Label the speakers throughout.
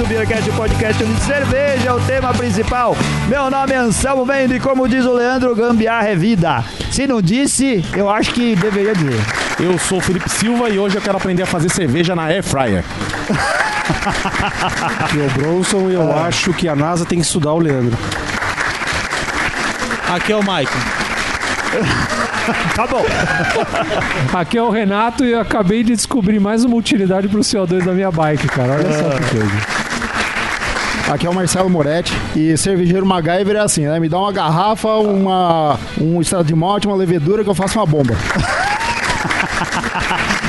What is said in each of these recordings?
Speaker 1: um Beercast Podcast onde cerveja é o tema principal. Meu nome é Anselmo Vendo e como diz o Leandro, gambiarra é vida. Se não disse, eu acho que deveria dizer.
Speaker 2: Eu sou o Felipe Silva e hoje eu quero aprender a fazer cerveja na Air Fryer.
Speaker 3: Que é o Bronson, eu acho que a NASA tem que estudar o Leandro.
Speaker 4: Aqui é o Mike.
Speaker 1: Tá bom.
Speaker 5: Aqui é o Renato e eu acabei de descobrir mais uma utilidade pro CO2 da minha bike, cara. Olha só que coisa.
Speaker 6: Aqui é o Marcelo Moretti e cervejeiro MacGyver é assim, né? Me dá uma garrafa, uma, um estado de malte, uma levedura que eu faço uma bomba.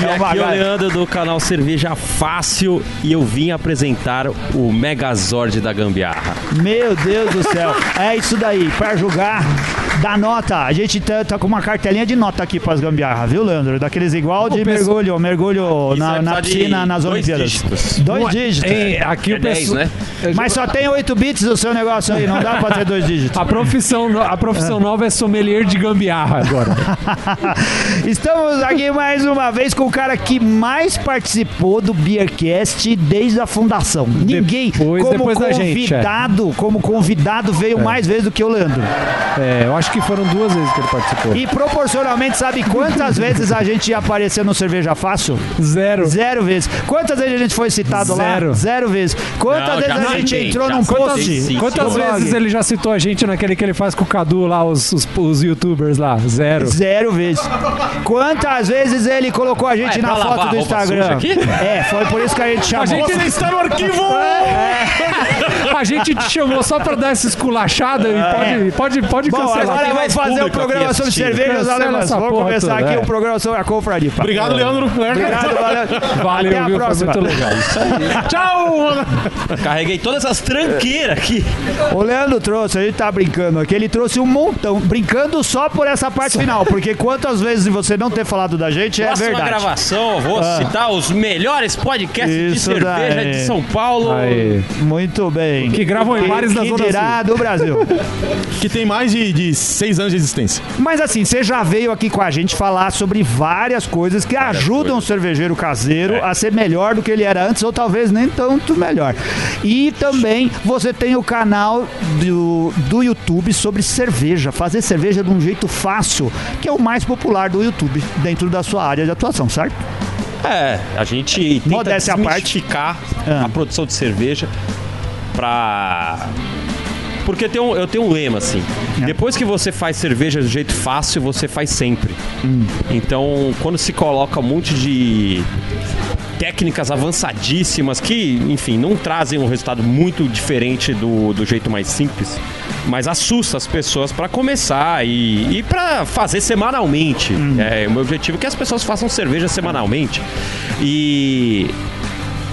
Speaker 4: E
Speaker 1: É o
Speaker 4: aqui é o
Speaker 1: Magalha.
Speaker 4: Leandro do canal Cerveja Fácil e eu vim apresentar o Megazord da Gambiarra.
Speaker 1: Meu Deus do céu. É isso daí. Pra julgar, dá nota. A gente tá, tá com uma cartelinha de nota aqui pras gambiarras, viu, Leandro? Daqueles igual de
Speaker 5: pessoal-
Speaker 1: mergulho, mergulho na,
Speaker 4: vai
Speaker 1: na
Speaker 4: precisar de
Speaker 1: piscina, nas
Speaker 4: dois
Speaker 1: Olimpíadas.
Speaker 4: dígitos.
Speaker 1: Dois dígitos.
Speaker 5: Hein, aqui
Speaker 4: É
Speaker 5: o
Speaker 4: 10,
Speaker 5: pessoal.
Speaker 4: né?
Speaker 1: Mas só tem 8 bits o seu negócio aí, não dá pra ter dois dígitos.
Speaker 5: A profissão, no- a profissão nova é sommelier de gambiarra agora.
Speaker 1: Estamos aqui mais uma vez com o cara que mais participou do Beercast desde a fundação. Ninguém,
Speaker 5: Depois-
Speaker 1: como
Speaker 5: depois da gente,
Speaker 1: convidado, como convidado veio mais vezes do que o Leandro.
Speaker 5: É, eu acho que foram duas vezes que ele participou.
Speaker 1: E proporcionalmente, sabe quantas vezes a gente ia aparecer no Cerveja Fácil?
Speaker 5: Zero.
Speaker 1: Zero vezes. Quantas vezes a gente foi citado lá?
Speaker 5: Zero.
Speaker 1: Zero vezes. Quantas
Speaker 4: Não,
Speaker 1: vezes
Speaker 4: já
Speaker 1: a gente
Speaker 4: citei,
Speaker 1: entrou
Speaker 4: já
Speaker 1: num
Speaker 4: citei,
Speaker 1: post?
Speaker 4: sim.
Speaker 5: Quantas
Speaker 4: Blog.
Speaker 5: vezes ele já citou a gente naquele que ele faz com o Cadu lá, os, os, os youtubers lá? Zero.
Speaker 1: Zero vezes. Quantas vezes ele colocou a gente
Speaker 4: Ué,
Speaker 1: na
Speaker 4: pra lavar
Speaker 1: foto do
Speaker 4: a roupa suja
Speaker 1: Instagram?
Speaker 4: aqui?
Speaker 1: É, foi por isso que a gente chamou. É,
Speaker 5: A gente,
Speaker 2: está no arquivo!
Speaker 5: a gente te chamou só pra dar essa esculachada e pode, pode, pode
Speaker 1: Bom,
Speaker 5: cancelar.
Speaker 1: agora
Speaker 4: tem
Speaker 1: vamos
Speaker 4: mais
Speaker 1: fazer o
Speaker 4: público
Speaker 1: programa
Speaker 4: aqui
Speaker 1: sobre
Speaker 4: assistindo.
Speaker 1: cervejas
Speaker 5: Cancela
Speaker 1: alemãs.
Speaker 5: essa
Speaker 1: Vamos
Speaker 5: porra
Speaker 1: começar
Speaker 5: toda,
Speaker 1: aqui
Speaker 5: é.
Speaker 1: o programa sobre a confraripa.
Speaker 2: Obrigado, Leandro.
Speaker 1: Obrigado, valeu.
Speaker 5: Valeu,
Speaker 1: Até a
Speaker 5: viu?
Speaker 1: próxima.
Speaker 5: Foi muito legal.
Speaker 4: Carreguei todas essas tranqueiras aqui.
Speaker 1: O Leandro trouxe, a gente tá brincando aqui, ele trouxe um montão, brincando só por essa parte final, porque quantas vezes você não ter falado da gente é
Speaker 4: Próxima
Speaker 1: verdade.
Speaker 4: gravação, eu vou citar os melhores podcasts de
Speaker 1: Isso
Speaker 4: cerveja
Speaker 1: daí.
Speaker 4: de São Paulo.
Speaker 5: Aí.
Speaker 1: Muito bem.
Speaker 5: Que gravam em bares da
Speaker 1: que
Speaker 5: Zona
Speaker 1: dirá do Brasil.
Speaker 2: Que tem mais de, de seis anos de existência.
Speaker 1: Mas assim, você já veio aqui com a gente falar sobre várias coisas que ajudam o cervejeiro caseiro
Speaker 4: É.
Speaker 1: a ser melhor do que ele era antes, ou talvez nem tanto melhor. E também você tem o canal do, do YouTube sobre cerveja, fazer cerveja de um jeito fácil, que é o mais popular do YouTube dentro da sua área de atuação, certo?
Speaker 4: É, a gente tenta
Speaker 1: Modéstia à parte.
Speaker 4: desmistificar
Speaker 1: Ah.
Speaker 4: a produção de cerveja pra... Porque tem um- eu tenho um lema, assim.
Speaker 1: É.
Speaker 4: Depois que você faz cerveja do jeito fácil, você faz sempre.
Speaker 1: Hum.
Speaker 4: Então, quando se coloca um monte de técnicas avançadíssimas que, enfim, não trazem um resultado muito diferente do, do jeito mais simples, mas assusta as pessoas para começar e, e para fazer semanalmente.
Speaker 1: Uhum.
Speaker 4: É, o meu objetivo é que as pessoas façam cerveja semanalmente. E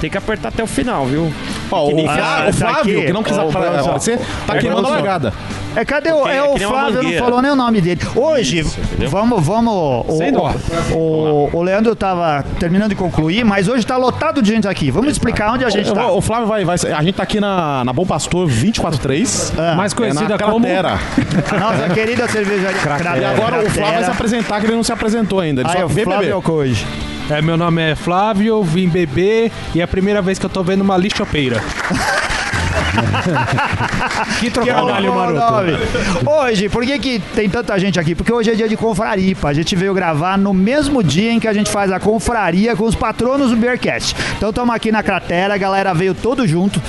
Speaker 4: tem que apertar até o final, viu?
Speaker 2: Ó, o, Flá-
Speaker 1: tá
Speaker 2: o Flávio,
Speaker 1: aqui.
Speaker 2: que não quis
Speaker 1: Ó, o
Speaker 2: apare-
Speaker 1: Bronson.
Speaker 2: aparecer, tá
Speaker 4: É,
Speaker 2: queimando a
Speaker 4: Bronson.
Speaker 2: largada.
Speaker 1: É, cadê o,
Speaker 4: Porque
Speaker 1: é
Speaker 4: é
Speaker 1: o
Speaker 4: que nem uma
Speaker 1: Flávio, não
Speaker 4: mangueira.
Speaker 1: falou nem o nome dele. Hoje,
Speaker 4: Isso, entendeu?
Speaker 1: vamos, vamos. O,
Speaker 5: Sem dó.
Speaker 1: o, o Leandro estava terminando de concluir, mas hoje está lotado de gente aqui. Vamos explicar onde a gente tá.
Speaker 2: Eu
Speaker 1: está.
Speaker 2: vou- o Flávio vai, vai- A gente tá aqui na, na Bom Pastor 243.
Speaker 5: Mais conhecida
Speaker 2: é na
Speaker 5: como.
Speaker 2: Cratera.
Speaker 1: Nossa querida cervejaria.
Speaker 2: E agora o Flávio vai se apresentar, que ele não se apresentou ainda. Ele
Speaker 1: Ah,
Speaker 2: só
Speaker 1: é o
Speaker 2: veio
Speaker 1: Flávio
Speaker 2: beber.
Speaker 1: Alcoge.
Speaker 3: É, meu nome é Flávio, vim beber e é a primeira vez que eu tô vendo uma lixopeira.
Speaker 5: Que
Speaker 1: Que é o
Speaker 5: trocadilho,
Speaker 1: bom
Speaker 5: maroto.
Speaker 1: nome. Hoje, por que, que tem tanta gente aqui? Porque hoje é dia de confraripa. A gente veio gravar no mesmo dia em que a gente faz a confraria com os patronos do Beercast. Então estamos aqui na cratera, a galera veio todo junto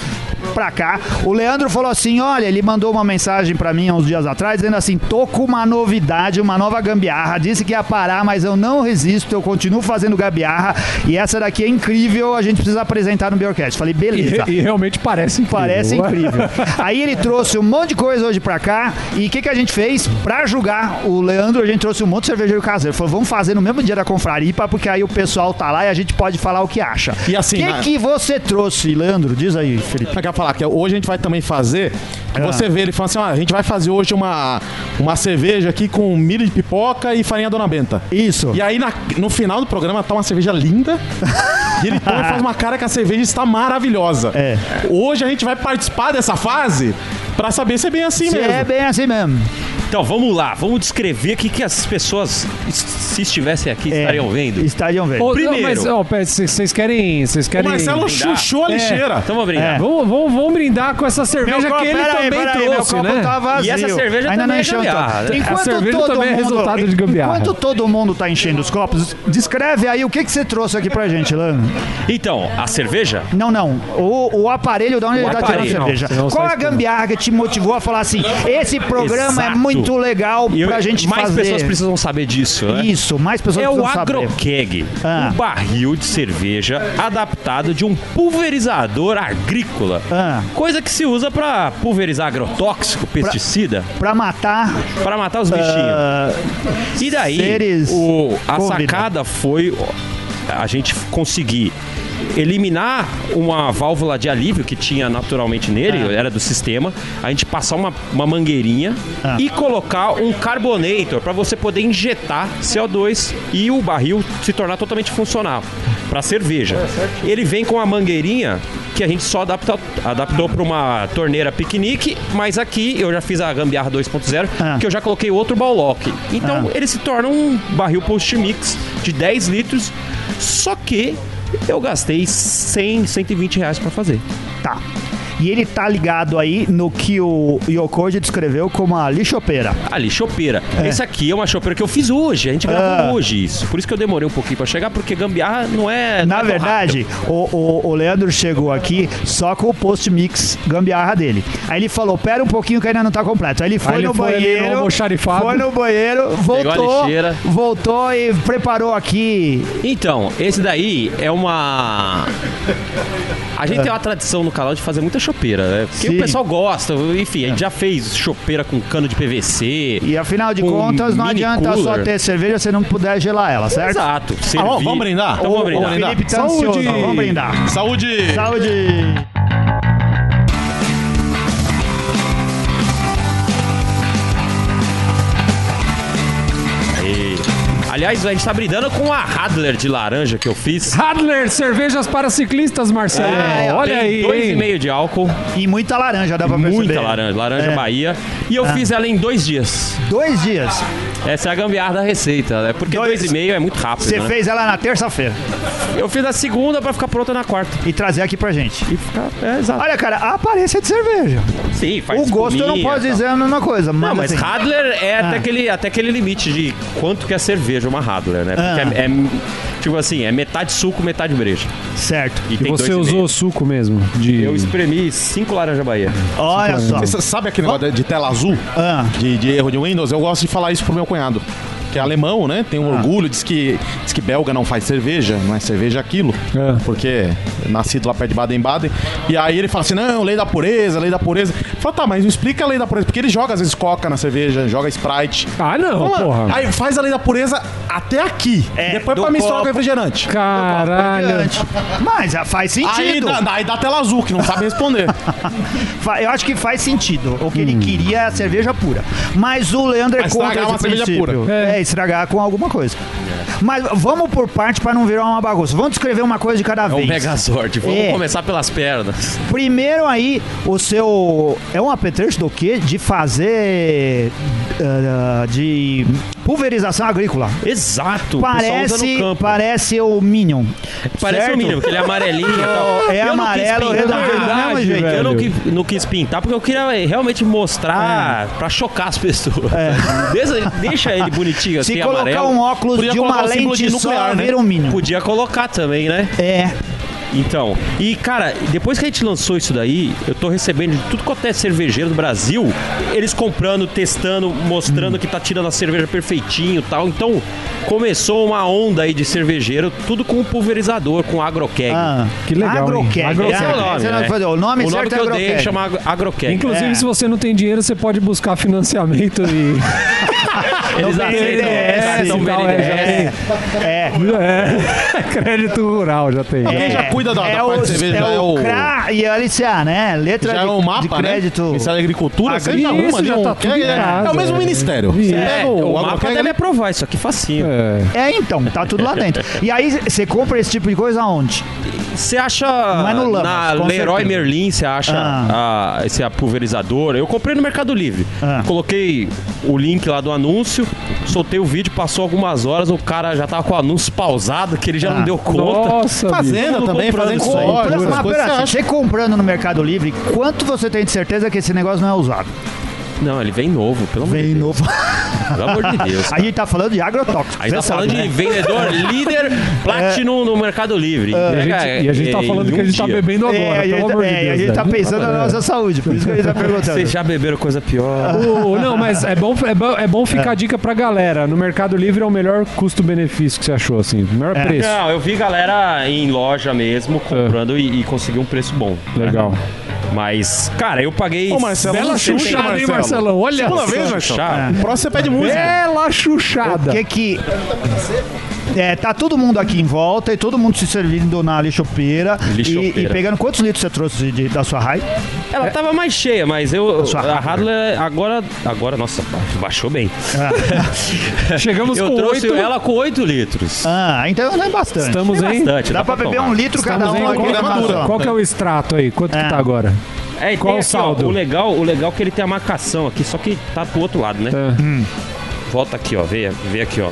Speaker 1: pra cá. O Leandro falou assim: olha, ele mandou uma mensagem pra mim há uns dias atrás, dizendo assim: tô com uma novidade, uma nova gambiarra. Disse que ia parar, mas eu não resisto, eu continuo fazendo gambiarra. E essa daqui é incrível, a gente precisa apresentar no Beercast. Falei, beleza.
Speaker 5: E, e realmente parece incrível.
Speaker 1: Parece incrível. Aí ele trouxe um monte de coisa hoje pra cá. E o que, que a gente fez? Pra julgar o Leandro, a gente trouxe um monte de cervejeiro caseiro. Falou, vamos fazer no mesmo dia da confraripa, porque aí o pessoal tá lá e a gente pode falar o que acha.
Speaker 2: E assim,
Speaker 1: O que,
Speaker 5: né?
Speaker 2: na-
Speaker 1: que você trouxe, Leandro? Diz aí, Felipe.
Speaker 2: Eu quero falar é que hoje a gente vai também fazer.
Speaker 1: É.
Speaker 2: Você vê ele falando assim: ó, a gente vai fazer hoje uma, uma cerveja aqui com milho de pipoca e farinha Dona Benta.
Speaker 1: Isso.
Speaker 2: E aí na- no final do programa tá uma cerveja linda. e ele toma e faz uma cara que a cerveja está maravilhosa.
Speaker 1: É.
Speaker 2: Hoje a gente vai participar dessa fase pra saber se é bem assim
Speaker 1: Se
Speaker 2: mesmo.
Speaker 1: é bem assim mesmo.
Speaker 4: Então vamos lá, vamos descrever o que, que as pessoas, es- se estivessem aqui,
Speaker 1: É,
Speaker 4: estariam vendo.
Speaker 1: Estariam vendo.
Speaker 5: Ô,
Speaker 4: Primeiro.
Speaker 5: Não, mas, ó, pera, vocês vocês querem. Vocês
Speaker 2: O
Speaker 5: querem.
Speaker 2: Marcelo
Speaker 4: brindar.
Speaker 2: chuchou a lixeira.
Speaker 4: Então vamos brindar.
Speaker 1: É.
Speaker 5: Vamos, vamos, vamos brindar com essa
Speaker 1: Meu
Speaker 5: cerveja
Speaker 1: copo-
Speaker 5: que ele
Speaker 1: pera aí,
Speaker 5: também
Speaker 1: pera aí, meu
Speaker 5: trouxe,
Speaker 1: copo
Speaker 5: né?
Speaker 1: tá vazio.
Speaker 4: E essa cerveja
Speaker 1: Ainda não
Speaker 4: também é
Speaker 1: encheu o
Speaker 4: gambiarra,
Speaker 1: copo.
Speaker 4: né?
Speaker 1: Enquanto
Speaker 5: A cerveja
Speaker 1: todo
Speaker 5: também é
Speaker 1: mundo,
Speaker 5: resultado de gambiarra.
Speaker 1: Enquanto todo mundo tá enchendo os copos, descreve aí o que, que você trouxe aqui pra gente, Lano.
Speaker 4: Então, a cerveja?
Speaker 1: Não, não. O, o aparelho da onde ele tá tirando a
Speaker 4: aparelho, não.
Speaker 1: cerveja.
Speaker 5: Senão
Speaker 1: Qual
Speaker 5: sai
Speaker 1: a gambiarra que te motivou a falar assim, esse programa é
Speaker 4: Exato.
Speaker 1: muito legal
Speaker 4: E eu-
Speaker 1: pra gente
Speaker 4: mais
Speaker 1: fazer.
Speaker 4: pessoas precisam saber disso, né?
Speaker 1: Isso, mais pessoas
Speaker 4: É o
Speaker 1: precisam saber.
Speaker 4: agrokeg,
Speaker 1: Ah.
Speaker 4: um barril de cerveja adaptado de um pulverizador agrícola.
Speaker 1: Ah.
Speaker 4: Coisa que se usa pra pulverizar agrotóxico, pesticida,
Speaker 1: Pra matar
Speaker 4: pra matar os bichinhos.
Speaker 1: ah,
Speaker 4: E daí,
Speaker 1: Seres
Speaker 4: o- a
Speaker 1: com vida.
Speaker 4: sacada foi a gente conseguir eliminar uma válvula de alívio que tinha naturalmente nele, era do sistema, a gente passar uma, uma mangueirinha e colocar um carbonator para você poder injetar CO2 e o barril se tornar totalmente funcional para cerveja. Ele vem com a mangueirinha que a gente só adapta, adaptou para uma torneira piquenique, mas aqui eu já fiz a gambiarra 2.0,
Speaker 1: Ah.
Speaker 4: que eu já coloquei outro ballock. Então ele se torna um barril post-mix de 10 litros, só que eu gastei 100, 120 reais pra fazer.
Speaker 1: Tá. E ele tá ligado aí no que o Yokoji descreveu como a lixopeira.
Speaker 4: Ali, chopeira. Esse aqui é uma chopeira que eu fiz hoje, a gente
Speaker 1: Ah.
Speaker 4: gravou hoje isso. Por isso que eu demorei um pouquinho pra chegar, porque gambiarra não é. não
Speaker 1: Na
Speaker 4: é tão rápido.
Speaker 1: verdade, o, o, o Leandro chegou aqui só com o post-mix gambiarra dele. Aí ele falou, pera um pouquinho que ainda não tá completo. Aí ele foi
Speaker 5: ele
Speaker 1: no
Speaker 5: foi ali no
Speaker 1: banheiro,
Speaker 5: almoxarifado.
Speaker 1: foi no banheiro,
Speaker 4: Pegou a
Speaker 1: voltou,
Speaker 4: lixeira.
Speaker 1: voltou e preparou aqui.
Speaker 4: Então, esse daí é uma. A gente tem uma tradição no canal de fazer muita chopeira, né? Porque
Speaker 1: Sim.
Speaker 4: o pessoal gosta, enfim, a gente já fez chopeira com cano de PVC.
Speaker 1: E afinal de
Speaker 4: Com
Speaker 1: contas, não
Speaker 4: mini
Speaker 1: adianta só
Speaker 4: cooler.
Speaker 1: ter cerveja se não puder gelar ela, certo?
Speaker 4: Exato.
Speaker 2: Ah,
Speaker 4: servir.
Speaker 2: vamos, vamos brindar?
Speaker 4: Então vamos
Speaker 1: O
Speaker 4: brindar.
Speaker 1: Felipe tá
Speaker 2: Saúde!
Speaker 1: ansioso, vamos brindar.
Speaker 2: Saúde!
Speaker 1: Saúde!
Speaker 4: E- Aliás, a gente tá brindando com a Radler de laranja que eu fiz.
Speaker 5: Radler, cervejas para ciclistas, Marcelo.
Speaker 1: É,
Speaker 5: Olha
Speaker 4: Tem
Speaker 5: aí.
Speaker 4: dois
Speaker 5: hein?
Speaker 4: e meio de álcool,
Speaker 1: E muita laranja, dá pra perceber.
Speaker 4: muita laranja, laranja
Speaker 1: É.
Speaker 4: Bahia. E eu fiz ela em dois dias.
Speaker 1: Dois dias.
Speaker 4: Essa é a gambiarra da receita, né? Porque
Speaker 1: Dois.
Speaker 4: dois, e meio é muito rápido,
Speaker 1: Você
Speaker 4: né?
Speaker 1: fez ela na terça-feira
Speaker 4: Eu fiz a segunda pra ficar pronta na quarta.
Speaker 1: e trazer aqui pra gente.
Speaker 4: E ficar... É, exato.
Speaker 1: Olha, cara, a aparência de cerveja.
Speaker 4: Sim, faz
Speaker 1: o gosto eu não
Speaker 4: espuminha,
Speaker 1: posso
Speaker 4: tal.
Speaker 1: dizer a mesma coisa, mas,
Speaker 4: Não, mas
Speaker 1: assim,
Speaker 4: Radler é até, aquele, até aquele limite de quanto que é cerveja uma Radler, né? Porque é, é- tipo assim, é metade suco, metade breja.
Speaker 1: certo.
Speaker 4: E,
Speaker 5: E
Speaker 4: tem
Speaker 5: você
Speaker 4: dois
Speaker 5: usou
Speaker 4: meio.
Speaker 5: suco mesmo? De...
Speaker 4: Eu espremi cinco laranja Bahia.
Speaker 1: Olha só.
Speaker 2: Você sabe aquele negócio de tela azul?
Speaker 1: Hum. Ah.
Speaker 2: De, de erro de Windows? Eu gosto de falar isso pro meu cunhado. Que é alemão, né? Tem um
Speaker 1: Ah.
Speaker 2: orgulho, diz que, diz que belga não faz cerveja, não é cerveja aquilo.
Speaker 5: É.
Speaker 2: Porque é nascido lá perto de Baden-Baden. E aí ele fala assim: não, lei da pureza, lei da pureza. Fala, tá, mas explica a lei da pureza. Porque ele joga às vezes coca na cerveja, joga sprite.
Speaker 5: Ah, não,
Speaker 2: Fala,
Speaker 5: porra.
Speaker 2: Aí faz a lei da pureza até aqui. Depois
Speaker 1: É, do
Speaker 2: pra misturar
Speaker 1: copo.
Speaker 2: com refrigerante.
Speaker 5: Caralho.
Speaker 1: Mas ah, faz
Speaker 2: Aí
Speaker 1: sentido.
Speaker 2: dá, dá- aí dá tela azul, que não sabe responder.
Speaker 1: Fa- Eu acho que faz sentido. O que
Speaker 4: Hum.
Speaker 1: ele queria é a cerveja pura. Mas o Leandro é
Speaker 2: Mas
Speaker 1: contra
Speaker 2: estragar
Speaker 1: esse
Speaker 2: uma cerveja
Speaker 1: princípio.
Speaker 2: pura.
Speaker 1: É. estragar com alguma coisa.
Speaker 4: É.
Speaker 1: Mas vamos por parte pra não virar uma bagunça. Vamos descrever uma coisa de cada
Speaker 4: É um
Speaker 1: vez.
Speaker 4: megazord. Vamos
Speaker 1: É.
Speaker 4: começar pelas pernas.
Speaker 1: Primeiro aí, o seu. É um apetrecho do quê? De fazer. ah, de pulverização agrícola.
Speaker 4: Exato. o pessoal usa
Speaker 1: Parece,
Speaker 4: no campo.
Speaker 1: parece o Minion.
Speaker 4: Parece
Speaker 1: certo?
Speaker 4: o mínimo, porque ele é amarelinho e tal.
Speaker 1: É
Speaker 4: Eu não quis
Speaker 1: amarelo,
Speaker 4: pintar.
Speaker 1: redondo, É do mesmo
Speaker 5: verdade,
Speaker 1: jeito.
Speaker 5: velho.
Speaker 4: Eu não, qui- não quis pintar porque eu queria eh, realmente mostrar
Speaker 1: É.
Speaker 4: pra chocar as pessoas. Deixa, deixa ele bonitinho assim,
Speaker 1: Se colocar
Speaker 4: amarelo.
Speaker 1: um óculos
Speaker 4: Podia
Speaker 1: de uma
Speaker 4: colocar o símbolo
Speaker 1: lente
Speaker 4: de
Speaker 1: só,
Speaker 4: nuclear, né?
Speaker 1: vira um Minion.
Speaker 4: Podia colocar também, né?
Speaker 1: É.
Speaker 4: Então, e cara, depois que a gente lançou isso daí, eu tô recebendo de tudo quanto é cervejeiro do Brasil, eles comprando, testando, mostrando que tá tirando a cerveja perfeitinho e tal. Então, começou uma onda aí de cervejeiro, tudo com um pulverizador, com agrokeg.
Speaker 1: Ah,
Speaker 5: Que legal, hein?
Speaker 1: Agrocast. Esse
Speaker 5: Agrocast.
Speaker 1: é o nome,
Speaker 4: né?
Speaker 1: fazer. O nome
Speaker 4: o nome
Speaker 1: certo
Speaker 4: que
Speaker 1: é
Speaker 4: eu dei
Speaker 1: Agrocast.
Speaker 4: chama agro- agrokeg.
Speaker 5: Inclusive,
Speaker 1: É.
Speaker 5: se você não tem dinheiro, você pode buscar financiamento e.
Speaker 4: Eles
Speaker 1: BNDES,
Speaker 4: aceitam cartão
Speaker 5: e tal, é, já
Speaker 4: BNDES.
Speaker 1: É.
Speaker 5: É, crédito rural já tem.
Speaker 2: Quem já cuida da,
Speaker 1: é
Speaker 2: da parte
Speaker 1: o,
Speaker 2: de cerveja
Speaker 1: é
Speaker 2: já
Speaker 1: o CRA e LCA, né? Letra
Speaker 2: Já é
Speaker 1: de,
Speaker 2: um mapa,
Speaker 1: de crédito.
Speaker 2: né? Ministério da Agricultura,
Speaker 5: Agri-
Speaker 2: seja
Speaker 5: Isso,
Speaker 2: uma, ali,
Speaker 5: já
Speaker 2: um-
Speaker 5: tá tudo
Speaker 2: é,
Speaker 5: errado,
Speaker 2: é o mesmo
Speaker 5: é.
Speaker 2: ministério.
Speaker 5: Isso.
Speaker 2: Você
Speaker 4: É,
Speaker 2: pega
Speaker 4: o,
Speaker 2: o,
Speaker 4: mapa
Speaker 2: agrocast,
Speaker 4: deve aprovar isso aqui facinho.
Speaker 5: É.
Speaker 1: É, então, tá tudo lá dentro. E aí, você compra esse tipo de coisa aonde?
Speaker 4: Você acha
Speaker 1: é no Lamas,
Speaker 4: na
Speaker 1: com
Speaker 4: Leroy
Speaker 1: certeza.
Speaker 4: Merlin, você acha ah. esse pulverizador? Eu comprei no Mercado Livre.
Speaker 1: Ah.
Speaker 4: Coloquei o link lá do anúncio, soltei o vídeo, passou algumas horas, o cara já tava com o anúncio pausado, que ele
Speaker 1: Ah.
Speaker 4: já não deu conta.
Speaker 5: Nossa, bicho.
Speaker 2: é Fazenda também,
Speaker 4: comprando
Speaker 2: fazendo
Speaker 4: isso aí.
Speaker 2: soja,
Speaker 1: Mas,
Speaker 2: essas
Speaker 1: mas
Speaker 2: coisas,
Speaker 1: pera,
Speaker 2: você
Speaker 1: assim,
Speaker 2: acha.
Speaker 1: você comprando no Mercado Livre, quanto você tem de certeza que esse negócio não é usado?
Speaker 4: Não, ele vem novo, pelo amor de Deus. Pelo amor de Deus.
Speaker 1: A gente tá falando de agrotóxico.
Speaker 4: Aí
Speaker 1: você
Speaker 4: tá
Speaker 1: sabe,
Speaker 4: falando de
Speaker 1: né?
Speaker 4: vendedor líder Platinum no Mercado Livre.
Speaker 1: Ah.
Speaker 4: É,
Speaker 5: E a gente, e a gente tá falando que a gente tá bebendo agora,
Speaker 1: É, a gente,
Speaker 5: pelo amor de
Speaker 1: é,
Speaker 5: Deus. né?
Speaker 1: a gente tá
Speaker 5: velho.
Speaker 1: pensando na nossa saúde, por isso que a gente tá perguntando.
Speaker 4: Vocês já beberam coisa
Speaker 1: Ah.
Speaker 4: pior.
Speaker 5: O- não, mas é bom, é bom, é bom ficar a dica pra galera. No Mercado Livre é o melhor custo-benefício que você achou, assim. O melhor preço.
Speaker 4: Não, eu vi galera em loja mesmo comprando e, e conseguiu um preço bom. né?
Speaker 5: Ah. Legal.
Speaker 4: Mas, cara, eu paguei.
Speaker 2: Ô, Marcelo,
Speaker 5: Bela
Speaker 2: não sei se tem
Speaker 5: chuchada, hein,
Speaker 2: Marcelo.
Speaker 5: Marcelão? Olha
Speaker 2: Segunda
Speaker 5: só.
Speaker 2: vez,
Speaker 4: Chuchada.
Speaker 2: Marcelo. Próximo você
Speaker 5: é.
Speaker 2: pede música.
Speaker 5: Bela chuchada.
Speaker 1: O que que... É, tá todo mundo aqui em volta e todo mundo se servindo na lixopeira, e- E,
Speaker 4: Lixopeira.
Speaker 1: pegando quantos litros você trouxe de- da sua raio?
Speaker 4: Ela tava mais cheia, mas eu.
Speaker 1: sua
Speaker 4: A
Speaker 1: Radler.
Speaker 4: Radler agora. Agora, nossa, baixou bem.
Speaker 5: Chegamos
Speaker 4: Eu
Speaker 5: com
Speaker 4: trouxe
Speaker 5: oito.
Speaker 4: ela com 8 litros.
Speaker 1: Ah, então não é bastante.
Speaker 5: Estamos em...
Speaker 4: Bastante,
Speaker 1: Dá pra beber um
Speaker 4: tomar.
Speaker 1: litro cada
Speaker 5: Estamos
Speaker 1: um
Speaker 5: em
Speaker 1: aqui na
Speaker 2: madura.
Speaker 1: ração.
Speaker 5: Qual que é o extrato aí? Quanto
Speaker 1: É.
Speaker 5: que tá agora?
Speaker 4: É, e
Speaker 5: Qual
Speaker 4: tem
Speaker 5: o
Speaker 4: aqui, ó,
Speaker 5: saldo?
Speaker 4: o legal, o legal é que ele tem a marcação aqui, só que tá pro outro lado, né?
Speaker 5: É.
Speaker 4: Volta aqui, ó. Vê, vê aqui, ó.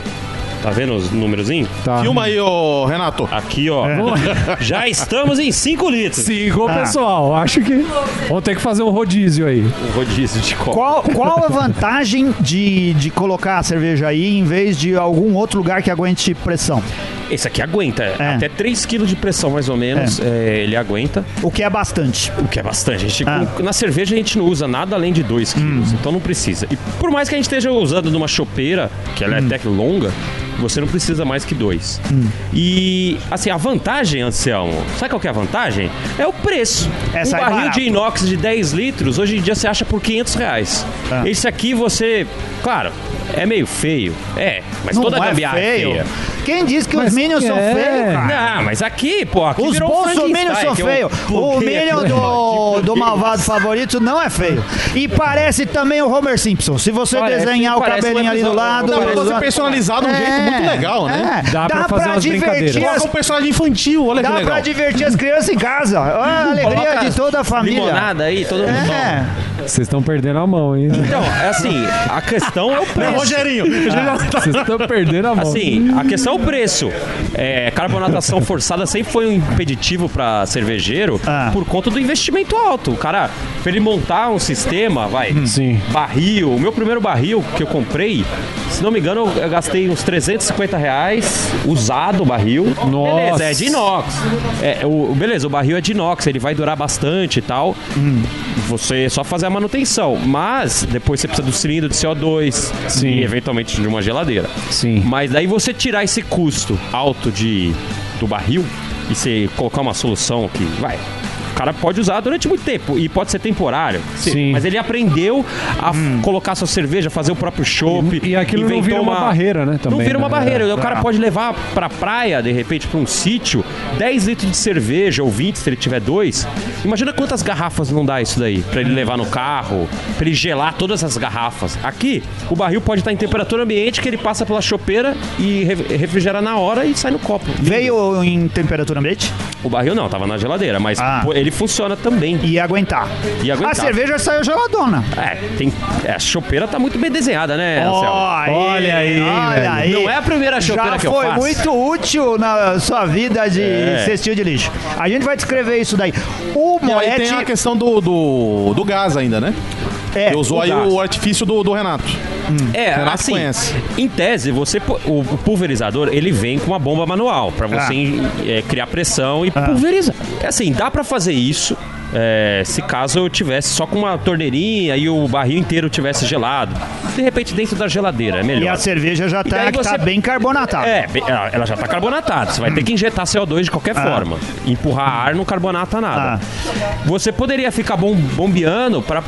Speaker 4: Tá vendo os númerozinhos?
Speaker 5: Tá.
Speaker 2: Filma aí, ô Renato.
Speaker 4: Aqui, ó. Já estamos em 5 litros.
Speaker 5: Sigam,
Speaker 1: Tá.
Speaker 5: pessoal. Acho que vão ter que fazer um rodízio aí.
Speaker 4: O rodízio de copo.
Speaker 1: Qual, qual a vantagem de, de colocar a cerveja aí em vez de algum outro lugar que aguente pressão?
Speaker 4: Esse aqui aguenta. Até 3 kg de pressão, mais ou menos, é, ele aguenta.
Speaker 1: O que é bastante.
Speaker 4: O que é bastante. A gente,
Speaker 1: Ah. Hum.
Speaker 4: com- na cerveja a gente não usa nada além de 2 quilos, então não precisa. E por mais que a gente esteja usando numa chopeira, que ela
Speaker 1: Hum.
Speaker 4: é até que longa, você não precisa mais que dois. E, assim, a vantagem, Anselmo, sabe qual que é a vantagem? É o preço.
Speaker 1: É,
Speaker 4: um
Speaker 1: sai
Speaker 4: barril
Speaker 1: barato.
Speaker 4: de inox de 10 litros, hoje em dia você acha por 500 reais.
Speaker 1: Ah.
Speaker 4: Esse aqui você, claro, é meio feio. É, mas toda
Speaker 1: não é
Speaker 4: gambiarra é
Speaker 1: feio.
Speaker 4: feia.
Speaker 1: Quem disse que
Speaker 5: Mas
Speaker 1: os Minions são
Speaker 5: é.
Speaker 1: feios, cara?
Speaker 4: Não, mas aqui, pô, aqui
Speaker 1: Os
Speaker 4: virou um
Speaker 1: bolsominions
Speaker 4: Frankenstein,
Speaker 1: são
Speaker 4: que um eu
Speaker 1: feios. Um O
Speaker 4: pluguei aqui
Speaker 1: Minion
Speaker 4: no-
Speaker 1: do, do malvado favorito não é feio. E parece também o Homer Simpson. Se você
Speaker 4: Parece,
Speaker 1: desenhar o
Speaker 4: parece
Speaker 1: cabelinho
Speaker 4: um
Speaker 1: ali do
Speaker 4: episódio-
Speaker 1: lado...
Speaker 2: Dá pra
Speaker 4: Parece
Speaker 2: você
Speaker 4: uma-
Speaker 2: personalizar de um jeito
Speaker 1: É,
Speaker 2: muito legal, né?
Speaker 1: é.
Speaker 5: Dá pra fazer umas
Speaker 1: divertir
Speaker 5: brincadeiras.
Speaker 1: as
Speaker 2: Coloca um personagem infantil, olha
Speaker 1: Dá
Speaker 2: que
Speaker 1: pra
Speaker 2: legal.
Speaker 1: divertir as crianças em casa. Ah, a alegria
Speaker 4: Coloca
Speaker 1: de toda a família.
Speaker 4: Limonada aí, todo mundo toma.
Speaker 1: É.
Speaker 5: Vocês estão perdendo a mão, hein?
Speaker 4: Então, é assim, a questão é o
Speaker 2: Né,
Speaker 4: preço.
Speaker 2: Rogerinho.
Speaker 1: tá.
Speaker 5: Vocês estão perdendo a mão.
Speaker 4: Assim, a questão é o preço. É, carbonatação forçada sempre foi um impeditivo para cervejeiro
Speaker 1: Ah.
Speaker 4: por conta do investimento alto. O cara, pra ele montar um sistema, vai.
Speaker 5: Hum. Sim.
Speaker 4: Barril, o meu primeiro barril que eu comprei, se não me engano, eu gastei uns 350 reais usado o barril.
Speaker 5: Nossa.
Speaker 4: Beleza, é de inox. É, o, beleza, o barril é de inox, ele vai durar bastante e tal. Você só fazer a manutenção. Mas depois você precisa do cilindro de CO2
Speaker 5: Sim.
Speaker 4: e eventualmente de uma geladeira.
Speaker 5: Sim.
Speaker 4: Mas daí você tirar esse custo alto de do barril e você colocar uma solução que vai. O cara pode usar durante muito tempo e pode ser temporário.
Speaker 5: Sim. Hum.
Speaker 4: Mas ele aprendeu a f- colocar sua cerveja, fazer o próprio chopp.
Speaker 5: E- e aquilo não
Speaker 4: inventou
Speaker 5: vira uma barreira, né,
Speaker 4: não
Speaker 5: também,
Speaker 4: vira uma
Speaker 5: né?
Speaker 4: barreira. é O cara pode levar pra praia, de repente, pra um sítio, 10 litros de cerveja ou 20, se ele tiver dois. Imagina quantas garrafas não dá isso daí, pra ele levar no carro, pra ele gelar todas essas garrafas. Aqui, o barril pode estar em temperatura ambiente, que ele passa pela chopeira e re- refrigera na hora e sai no copo.
Speaker 1: Veio em temperatura ambiente
Speaker 4: O barril não, tava na geladeira, mas
Speaker 1: Ah.
Speaker 4: pô, ele funciona também.
Speaker 1: e aguentar.
Speaker 4: E aguentar.
Speaker 1: A cerveja saiu geladona.
Speaker 4: É, tem, é, a chopeira tá muito bem desenhada, né, Anselmo?
Speaker 1: olha aí, olha aí.
Speaker 4: Não é a primeira chopeira
Speaker 1: Já
Speaker 4: que eu
Speaker 1: foi
Speaker 4: faço.
Speaker 1: muito útil na sua vida de cestil de lixo. A gente vai descrever isso daí. O
Speaker 2: E aí tem
Speaker 1: Moretti
Speaker 2: a questão do, do, do gás ainda, né?
Speaker 1: é,
Speaker 2: Eu usou
Speaker 4: o
Speaker 2: aí
Speaker 4: gás.
Speaker 2: o artifício do, do Renato.
Speaker 4: É,
Speaker 2: Renato
Speaker 4: assim,
Speaker 2: conhece.
Speaker 4: em tese, você pu- o o pulverizador, ele vem com uma bomba manual pra você
Speaker 1: Ah.
Speaker 4: em- é, criar pressão e pulverizar. É assim, dá pra fazer isso é, se caso eu tivesse só com uma torneirinha e o barril inteiro tivesse gelado. De repente, dentro da geladeira,
Speaker 1: e
Speaker 4: é
Speaker 1: a
Speaker 4: melhor.
Speaker 1: cerveja já tá,
Speaker 4: daí
Speaker 1: que tá
Speaker 4: você-
Speaker 1: bem carbonatada.
Speaker 4: É, bem- ela ela já tá carbonatada. Você vai ter que injetar CO2 de qualquer forma. Empurrar ar não carbonata nada. Você poderia ficar bom, bombeando pra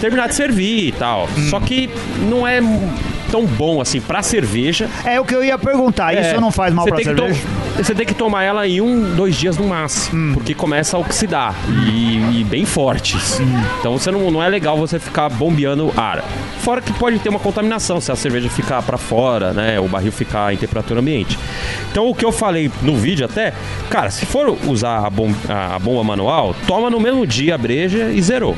Speaker 4: terminar de servir e tal. Só que não é tão bom assim pra cerveja.
Speaker 1: É o que eu ia perguntar.
Speaker 4: É,
Speaker 1: Isso não faz mal
Speaker 4: você
Speaker 1: pra
Speaker 4: tem que
Speaker 1: cerveja? Hum.
Speaker 4: to- Você tem que tomar ela em um, dois dias no máximo, porque começa a oxidar e, e bem fortes.
Speaker 1: Hum.
Speaker 4: Então você não, não é legal você ficar bombeando ar. Fora que pode ter uma contaminação se a cerveja ficar pra fora, né? O barril ficar em temperatura ambiente. Então o que eu falei no vídeo até, cara, se for usar a, bom- a- a bomba manual, toma no mesmo dia a breja e zerou.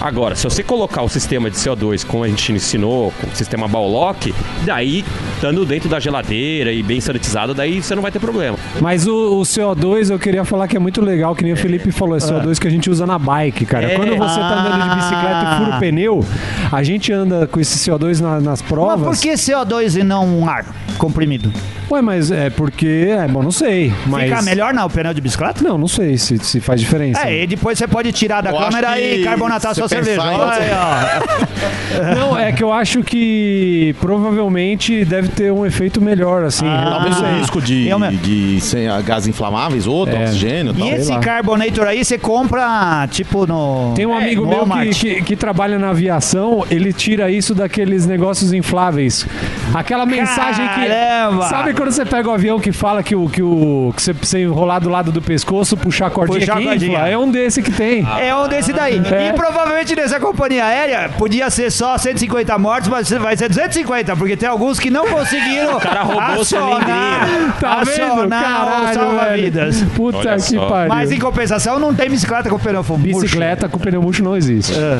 Speaker 4: Agora, se você colocar o sistema de CO2, como a gente ensinou, com o sistema Baulock, daí, estando dentro da geladeira e bem sanitizado, daí você não vai ter problema.
Speaker 5: Mas o, o CO2 eu queria falar que é muito legal, que nem o Felipe falou, é
Speaker 1: Ah.
Speaker 5: CO2 que a gente usa na bike, cara.
Speaker 4: É.
Speaker 5: Quando você tá andando de
Speaker 1: Ah.
Speaker 5: bicicleta e fura o pneu, a gente anda com esse CO2 na- nas provas.
Speaker 1: Mas por que CO2 e não um ar comprimido?
Speaker 5: Ué, mas é porque. É, bom, não sei. Mas...
Speaker 1: Fica melhor não, o pneu de bicicleta?
Speaker 5: Não, não sei se, se faz diferença.
Speaker 1: É, e depois você pode tirar da
Speaker 2: Eu
Speaker 1: câmera
Speaker 2: acho que
Speaker 1: e carbonatar
Speaker 2: se
Speaker 1: sua
Speaker 2: você
Speaker 1: cerveja.
Speaker 2: pensar em
Speaker 1: Olha aí, ó.
Speaker 5: Não, é que eu acho que provavelmente deve ter um efeito melhor, assim.
Speaker 1: Ah.
Speaker 2: Talvez o risco de,
Speaker 1: Eu mesmo.
Speaker 2: de sem- ah, gases inflamáveis, outro,
Speaker 5: É.
Speaker 2: oxigênio e
Speaker 1: E
Speaker 2: tal.
Speaker 1: esse
Speaker 5: lá.
Speaker 1: carbonator aí você compra, tipo, no.
Speaker 5: Tem um
Speaker 1: É,
Speaker 5: amigo
Speaker 1: no
Speaker 5: meu que,
Speaker 1: Walmart.
Speaker 5: que, que trabalha na aviação, ele tira isso daqueles negócios infláveis. Aquela mensagem
Speaker 1: Caramba!
Speaker 5: que. Sabe quando você pega o avião que fala que, o, que, o, que você precisa enrolar do lado do pescoço, puxar a cordinha
Speaker 1: Puxar a
Speaker 5: que
Speaker 1: cordinha.
Speaker 5: infla? É um desse que tem.
Speaker 1: É um desse daí.
Speaker 5: É.
Speaker 1: E provavelmente nessa companhia aérea podia ser só 150 mortos, mas vai ser 250, porque tem alguns que não conseguiram
Speaker 4: cara roubou sua
Speaker 1: acionar,
Speaker 4: linguinha.
Speaker 5: Tá vendo?
Speaker 1: acionar o
Speaker 5: Caralho,
Speaker 1: salva-vidas.
Speaker 5: velho. Puta
Speaker 4: Olha
Speaker 5: que
Speaker 4: só.
Speaker 5: pariu.
Speaker 1: Mas em compensação não tem bicicleta com pneu murcho.
Speaker 5: Bicicleta Ah. com pneu murcho não existe.
Speaker 1: É.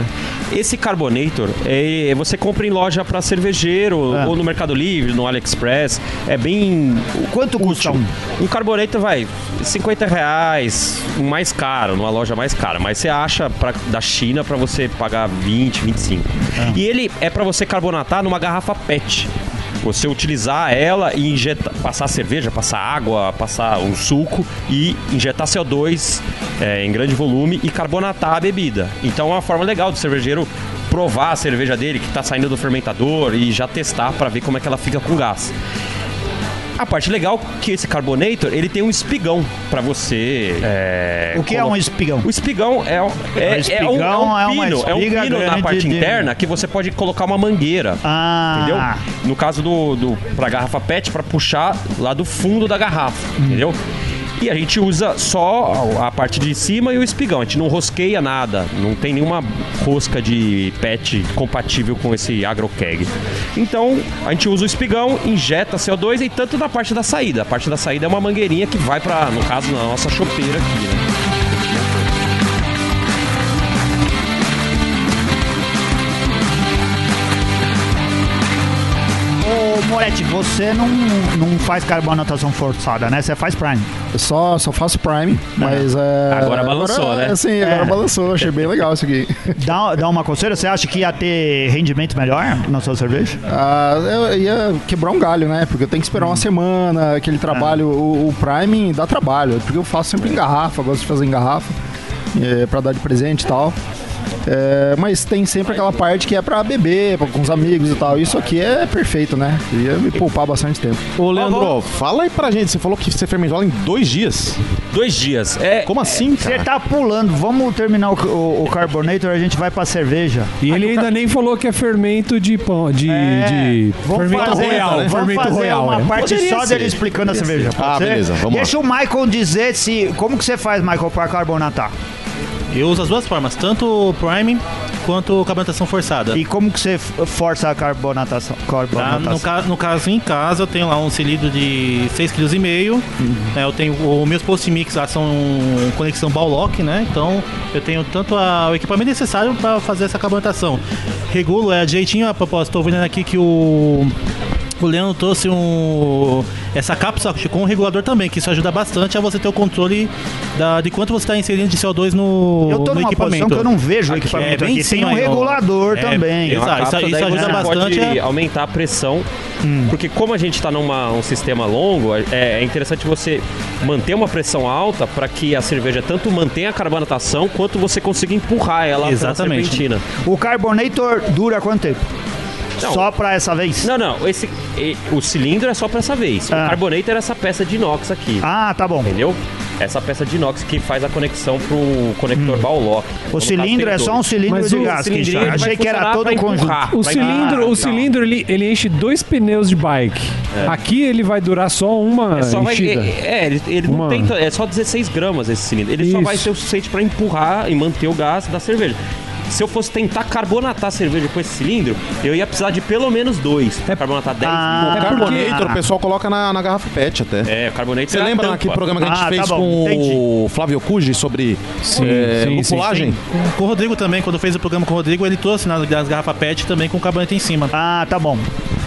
Speaker 4: Esse carbonator, é, você compra em loja para cervejeiro, ou no Mercado Livre, no AliExpress. É bem.
Speaker 1: Quanto custa um?
Speaker 4: Um carbonator vai 50 reais, o mais caro, numa loja mais cara. Mas você acha pra, da China para você pagar 20, 25. E ele é para você carbonatar numa garrafa PET. Você utilizar ela e injetar, passar cerveja, passar água, passar um suco e injetar CO2 é, em grande volume e carbonatar a bebida. Então é uma forma legal do cervejeiro provar a cerveja dele que está saindo do fermentador e já testar para ver como é que ela fica com gás. A parte legal é que esse carbonator ele tem um espigão pra você. é,
Speaker 1: O que é
Speaker 4: colo-
Speaker 1: um espigão?
Speaker 4: O espigão é,
Speaker 1: Um
Speaker 4: um- é, é um, é
Speaker 1: espigão é
Speaker 4: um
Speaker 1: uma
Speaker 4: pino, é um
Speaker 1: espiga
Speaker 4: pino na
Speaker 1: grande
Speaker 4: parte
Speaker 1: de-
Speaker 4: interna que você pode colocar uma mangueira.
Speaker 1: Ah,
Speaker 4: Entendeu? No caso do, do pra garrafa PET, pra puxar lá do fundo da garrafa, entendeu? E a gente usa só a a parte de cima e o espigão. A gente não rosqueia nada. Não tem nenhuma rosca de PET compatível com esse agrokeg. Então, a gente usa o espigão, injeta CO2 e tanto na parte da saída. A parte da saída é uma mangueirinha que vai pra, no caso, na nossa chopeira aqui, né?
Speaker 1: Ô, Moretti, você não, não faz carbonatação forçada, né? Você faz prime.
Speaker 6: Eu Só, só faço Prime, mas é.
Speaker 4: Agora balançou, né?
Speaker 6: Sim, agora
Speaker 1: É.
Speaker 6: balançou. Achei bem legal isso aqui.
Speaker 1: Dá, dá uma conselho? Você acha que ia ter rendimento melhor na sua cerveja?
Speaker 6: Ah, eu ia quebrar um galho, né? Porque eu tenho que esperar uma semana, aquele trabalho.
Speaker 7: Ah.
Speaker 6: O, o Prime dá trabalho, porque eu faço sempre em garrafa, gosto de fazer em garrafa, é, pra dar de presente e tal. É, mas tem sempre aquela parte que é pra beber, pra- com os amigos e tal. Isso aqui é perfeito, né? Ia me poupar bastante tempo.
Speaker 2: Ô, Leandro, fala aí pra gente. Você falou que você fermentou ela em dois dias.
Speaker 4: Dois dias. É,
Speaker 2: Como assim,
Speaker 1: Você
Speaker 2: cara?
Speaker 1: tá pulando. Vamos terminar o, o- o Carbonator, a gente vai pra cerveja. É,
Speaker 5: E ele ainda nem falou que é fermento de pão. De. de-
Speaker 1: Vamos
Speaker 5: fermento
Speaker 1: fazer,
Speaker 5: royal.
Speaker 1: vamos
Speaker 5: fermento
Speaker 1: fazer
Speaker 5: royal.
Speaker 1: uma
Speaker 5: é.
Speaker 1: parte
Speaker 4: Poderia
Speaker 1: só
Speaker 4: ser.
Speaker 1: dele explicando a cerveja. pode
Speaker 2: Ah,
Speaker 1: ser?
Speaker 2: beleza, vamos
Speaker 1: Deixa o Michael dizer se como que você faz, Michael, pra carbonatar.
Speaker 8: Eu uso as duas formas, tanto o Prime quanto carbonatação forçada.
Speaker 1: E como que você f- força a carbonatação?
Speaker 8: Tá?
Speaker 1: carbonatação?
Speaker 8: No, ca- no caso, em casa, eu tenho lá um cilindro de 6,5 kg.
Speaker 4: Uhum.
Speaker 8: né? Eu tenho os meus post-mix lá são conexão Baulock, né? Então eu tenho tanto a- o equipamento necessário para fazer essa carbonatação. Regulo é direitinho a proposta. Estou vendo aqui que o. O Leandro trouxe um, essa cápsula com um regulador também, que isso ajuda bastante a você ter o controle da- de quanto você está inserindo de CO2 no,
Speaker 1: eu tô
Speaker 8: no
Speaker 1: numa
Speaker 8: equipamento.
Speaker 1: posição que eu não vejo o
Speaker 4: Aqui,
Speaker 8: é,
Speaker 1: equipamento
Speaker 8: bem
Speaker 1: aqui. Tem
Speaker 8: em cima
Speaker 1: um
Speaker 8: aí, ó.
Speaker 1: regulador
Speaker 8: É,
Speaker 1: também.
Speaker 8: tem
Speaker 4: Tem uma
Speaker 8: Exato, isso-
Speaker 4: cápsula,
Speaker 8: isso
Speaker 4: daí
Speaker 8: ajuda
Speaker 4: você
Speaker 8: bastante
Speaker 4: Pode
Speaker 1: é.
Speaker 8: a-
Speaker 4: aumentar a pressão,
Speaker 1: Hum.
Speaker 4: porque como a gente está numa um sistema longo, é, é interessante você manter uma pressão alta para que a cerveja tanto mantenha a carbonatação quanto você consiga empurrar ela pela
Speaker 8: Exatamente.
Speaker 4: serpentina.
Speaker 1: O Carbonator dura quanto tempo?
Speaker 4: Não.
Speaker 1: Só pra essa vez?
Speaker 4: Não, não, esse e- o cilindro é só para essa vez.
Speaker 1: Ah.
Speaker 4: O carbonator é essa peça de inox aqui.
Speaker 1: Ah, tá bom.
Speaker 4: Entendeu? Essa peça de inox que faz a conexão pro conector Baulock. Então,
Speaker 1: Hum. O
Speaker 4: no
Speaker 1: cilindro
Speaker 4: caso,
Speaker 1: é
Speaker 4: tem
Speaker 1: só um
Speaker 4: dois.
Speaker 1: cilindro
Speaker 5: Mas
Speaker 1: de
Speaker 5: o
Speaker 1: gás. que
Speaker 4: cilindrinho,
Speaker 1: enche.
Speaker 4: ele vai
Speaker 1: Achei que era
Speaker 4: funcionar
Speaker 1: todo
Speaker 4: pra
Speaker 1: o conjunto. tá
Speaker 4: empurrar.
Speaker 5: O
Speaker 4: Ah, Vai
Speaker 5: cilindro,
Speaker 4: empurrar,
Speaker 5: o
Speaker 4: não.
Speaker 5: cilindro ele, ele enche dois pneus de bike. Aqui ele vai durar só uma
Speaker 4: É, só vai,
Speaker 5: enchida.
Speaker 4: é, é, ele, ele não
Speaker 5: Ah, Uma.
Speaker 4: tem tan- é só 16 gramas esse cilindro. Ele só
Speaker 5: Isso.
Speaker 4: vai ser o suficiente para empurrar e manter o gás da cerveja. se eu fosse tentar carbonatar a cerveja com esse cilindro, eu ia precisar de pelo menos dois.
Speaker 5: É-
Speaker 4: Pra carbonatar 10
Speaker 1: Ah,
Speaker 4: mil.
Speaker 1: é porque-
Speaker 2: Carbonator, o pessoal coloca na, na garrafa PET até.
Speaker 4: É, o carbonator
Speaker 2: Você
Speaker 4: é a
Speaker 2: lembra
Speaker 4: tampa.
Speaker 2: naquele programa que a gente
Speaker 1: Ah,
Speaker 2: fez
Speaker 1: tá bom,
Speaker 2: com o
Speaker 1: entendi.
Speaker 2: Flávio Cuji sobre
Speaker 5: Sim,
Speaker 2: é,
Speaker 5: sim, sim,
Speaker 2: lupulagem?
Speaker 8: Com, com o Rodrigo também, quando fez o programa com o Rodrigo, ele trouxe nas, nas garrafas PET também com o cabanete em cima.
Speaker 1: Ah, tá bom.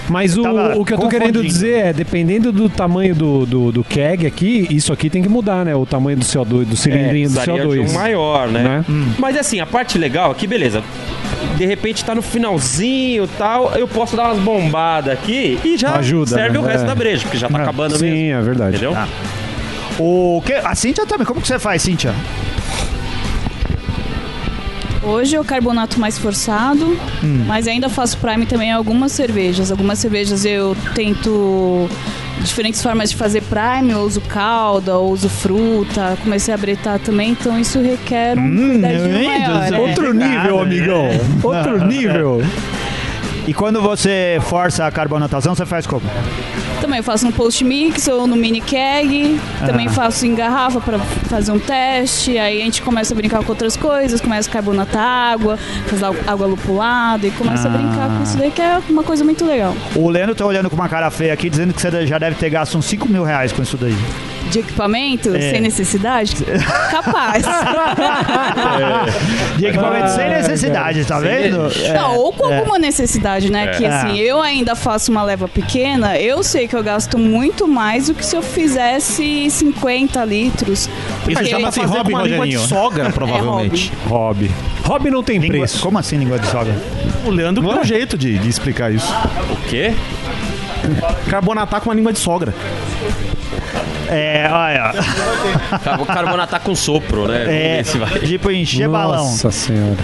Speaker 5: Mas o,
Speaker 1: Tava
Speaker 5: o que eu tô
Speaker 1: confundindo.
Speaker 5: querendo dizer é, dependendo do tamanho do, do, do keg aqui, isso aqui tem que mudar, né? O tamanho do CO2, do cilindrinho do
Speaker 4: É, precisaria
Speaker 5: CO2.
Speaker 4: de um maior, né?
Speaker 5: Né?
Speaker 4: Mas assim, a parte legal aqui, beleza. De repente tá no finalzinho e tal, eu posso dar umas bombadas aqui e já
Speaker 5: Ajuda,
Speaker 4: serve
Speaker 5: né?
Speaker 4: o resto
Speaker 5: É.
Speaker 4: da breja, porque já tá acabando
Speaker 5: Sim,
Speaker 4: mesmo.
Speaker 5: é verdade.
Speaker 4: Entendeu?
Speaker 1: O que? A Cíntia também. Como que você faz, Cíntia?
Speaker 9: Hoje é o carbonato mais forçado, mas ainda faço prime também em algumas cervejas. Algumas cervejas eu tento diferentes formas de fazer prime, eu uso calda, eu uso fruta, comecei a bretar também, então isso requer um cuidadinho maior. é.
Speaker 1: Outro nível, amigão.
Speaker 4: É.
Speaker 5: Outro nível.
Speaker 1: E quando você força a carbonatação, você faz como?
Speaker 9: Também faço no post mix ou no mini keg, também faço em garrafa para fazer um teste, aí a gente começa a brincar com outras coisas, começa a carbonatar água, fazer água- água lupulada e começa a brincar com isso daí que é uma coisa muito legal.
Speaker 1: O Leandro tá olhando com uma cara feia aqui, dizendo que você já deve ter gasto uns 5 mil reais com isso daí.
Speaker 9: De equipamento?
Speaker 1: É.
Speaker 9: Sem necessidade? Capaz.
Speaker 1: De
Speaker 4: Ah,
Speaker 1: equipamento
Speaker 4: é
Speaker 1: sem necessidade, tá vendo? É. Ah.
Speaker 9: Não, ou com alguma necessidade, né? Que assim, eu ainda faço uma leva pequena, eu sei que eu gasto muito mais do que se eu fizesse 50 litros.
Speaker 8: Isso
Speaker 9: Porque-
Speaker 2: assim,
Speaker 8: chama-se
Speaker 9: é
Speaker 8: hobby, Rogerinho.
Speaker 3: sogra,
Speaker 9: hobby.
Speaker 5: Hobby. Hobby não tem
Speaker 1: Língua-
Speaker 5: preço.
Speaker 1: como assim língua de sogra?
Speaker 2: O Leandro não é um jeito de, de explicar isso.
Speaker 4: O quê?
Speaker 2: Carbonatar com uma língua de sogra.
Speaker 1: É, olha.
Speaker 4: Tá, vou carbonatar com sopro, né? Vamos
Speaker 1: É,
Speaker 4: ver se vai.
Speaker 1: tipo
Speaker 4: é
Speaker 1: encher balão.
Speaker 5: Nossa senhora.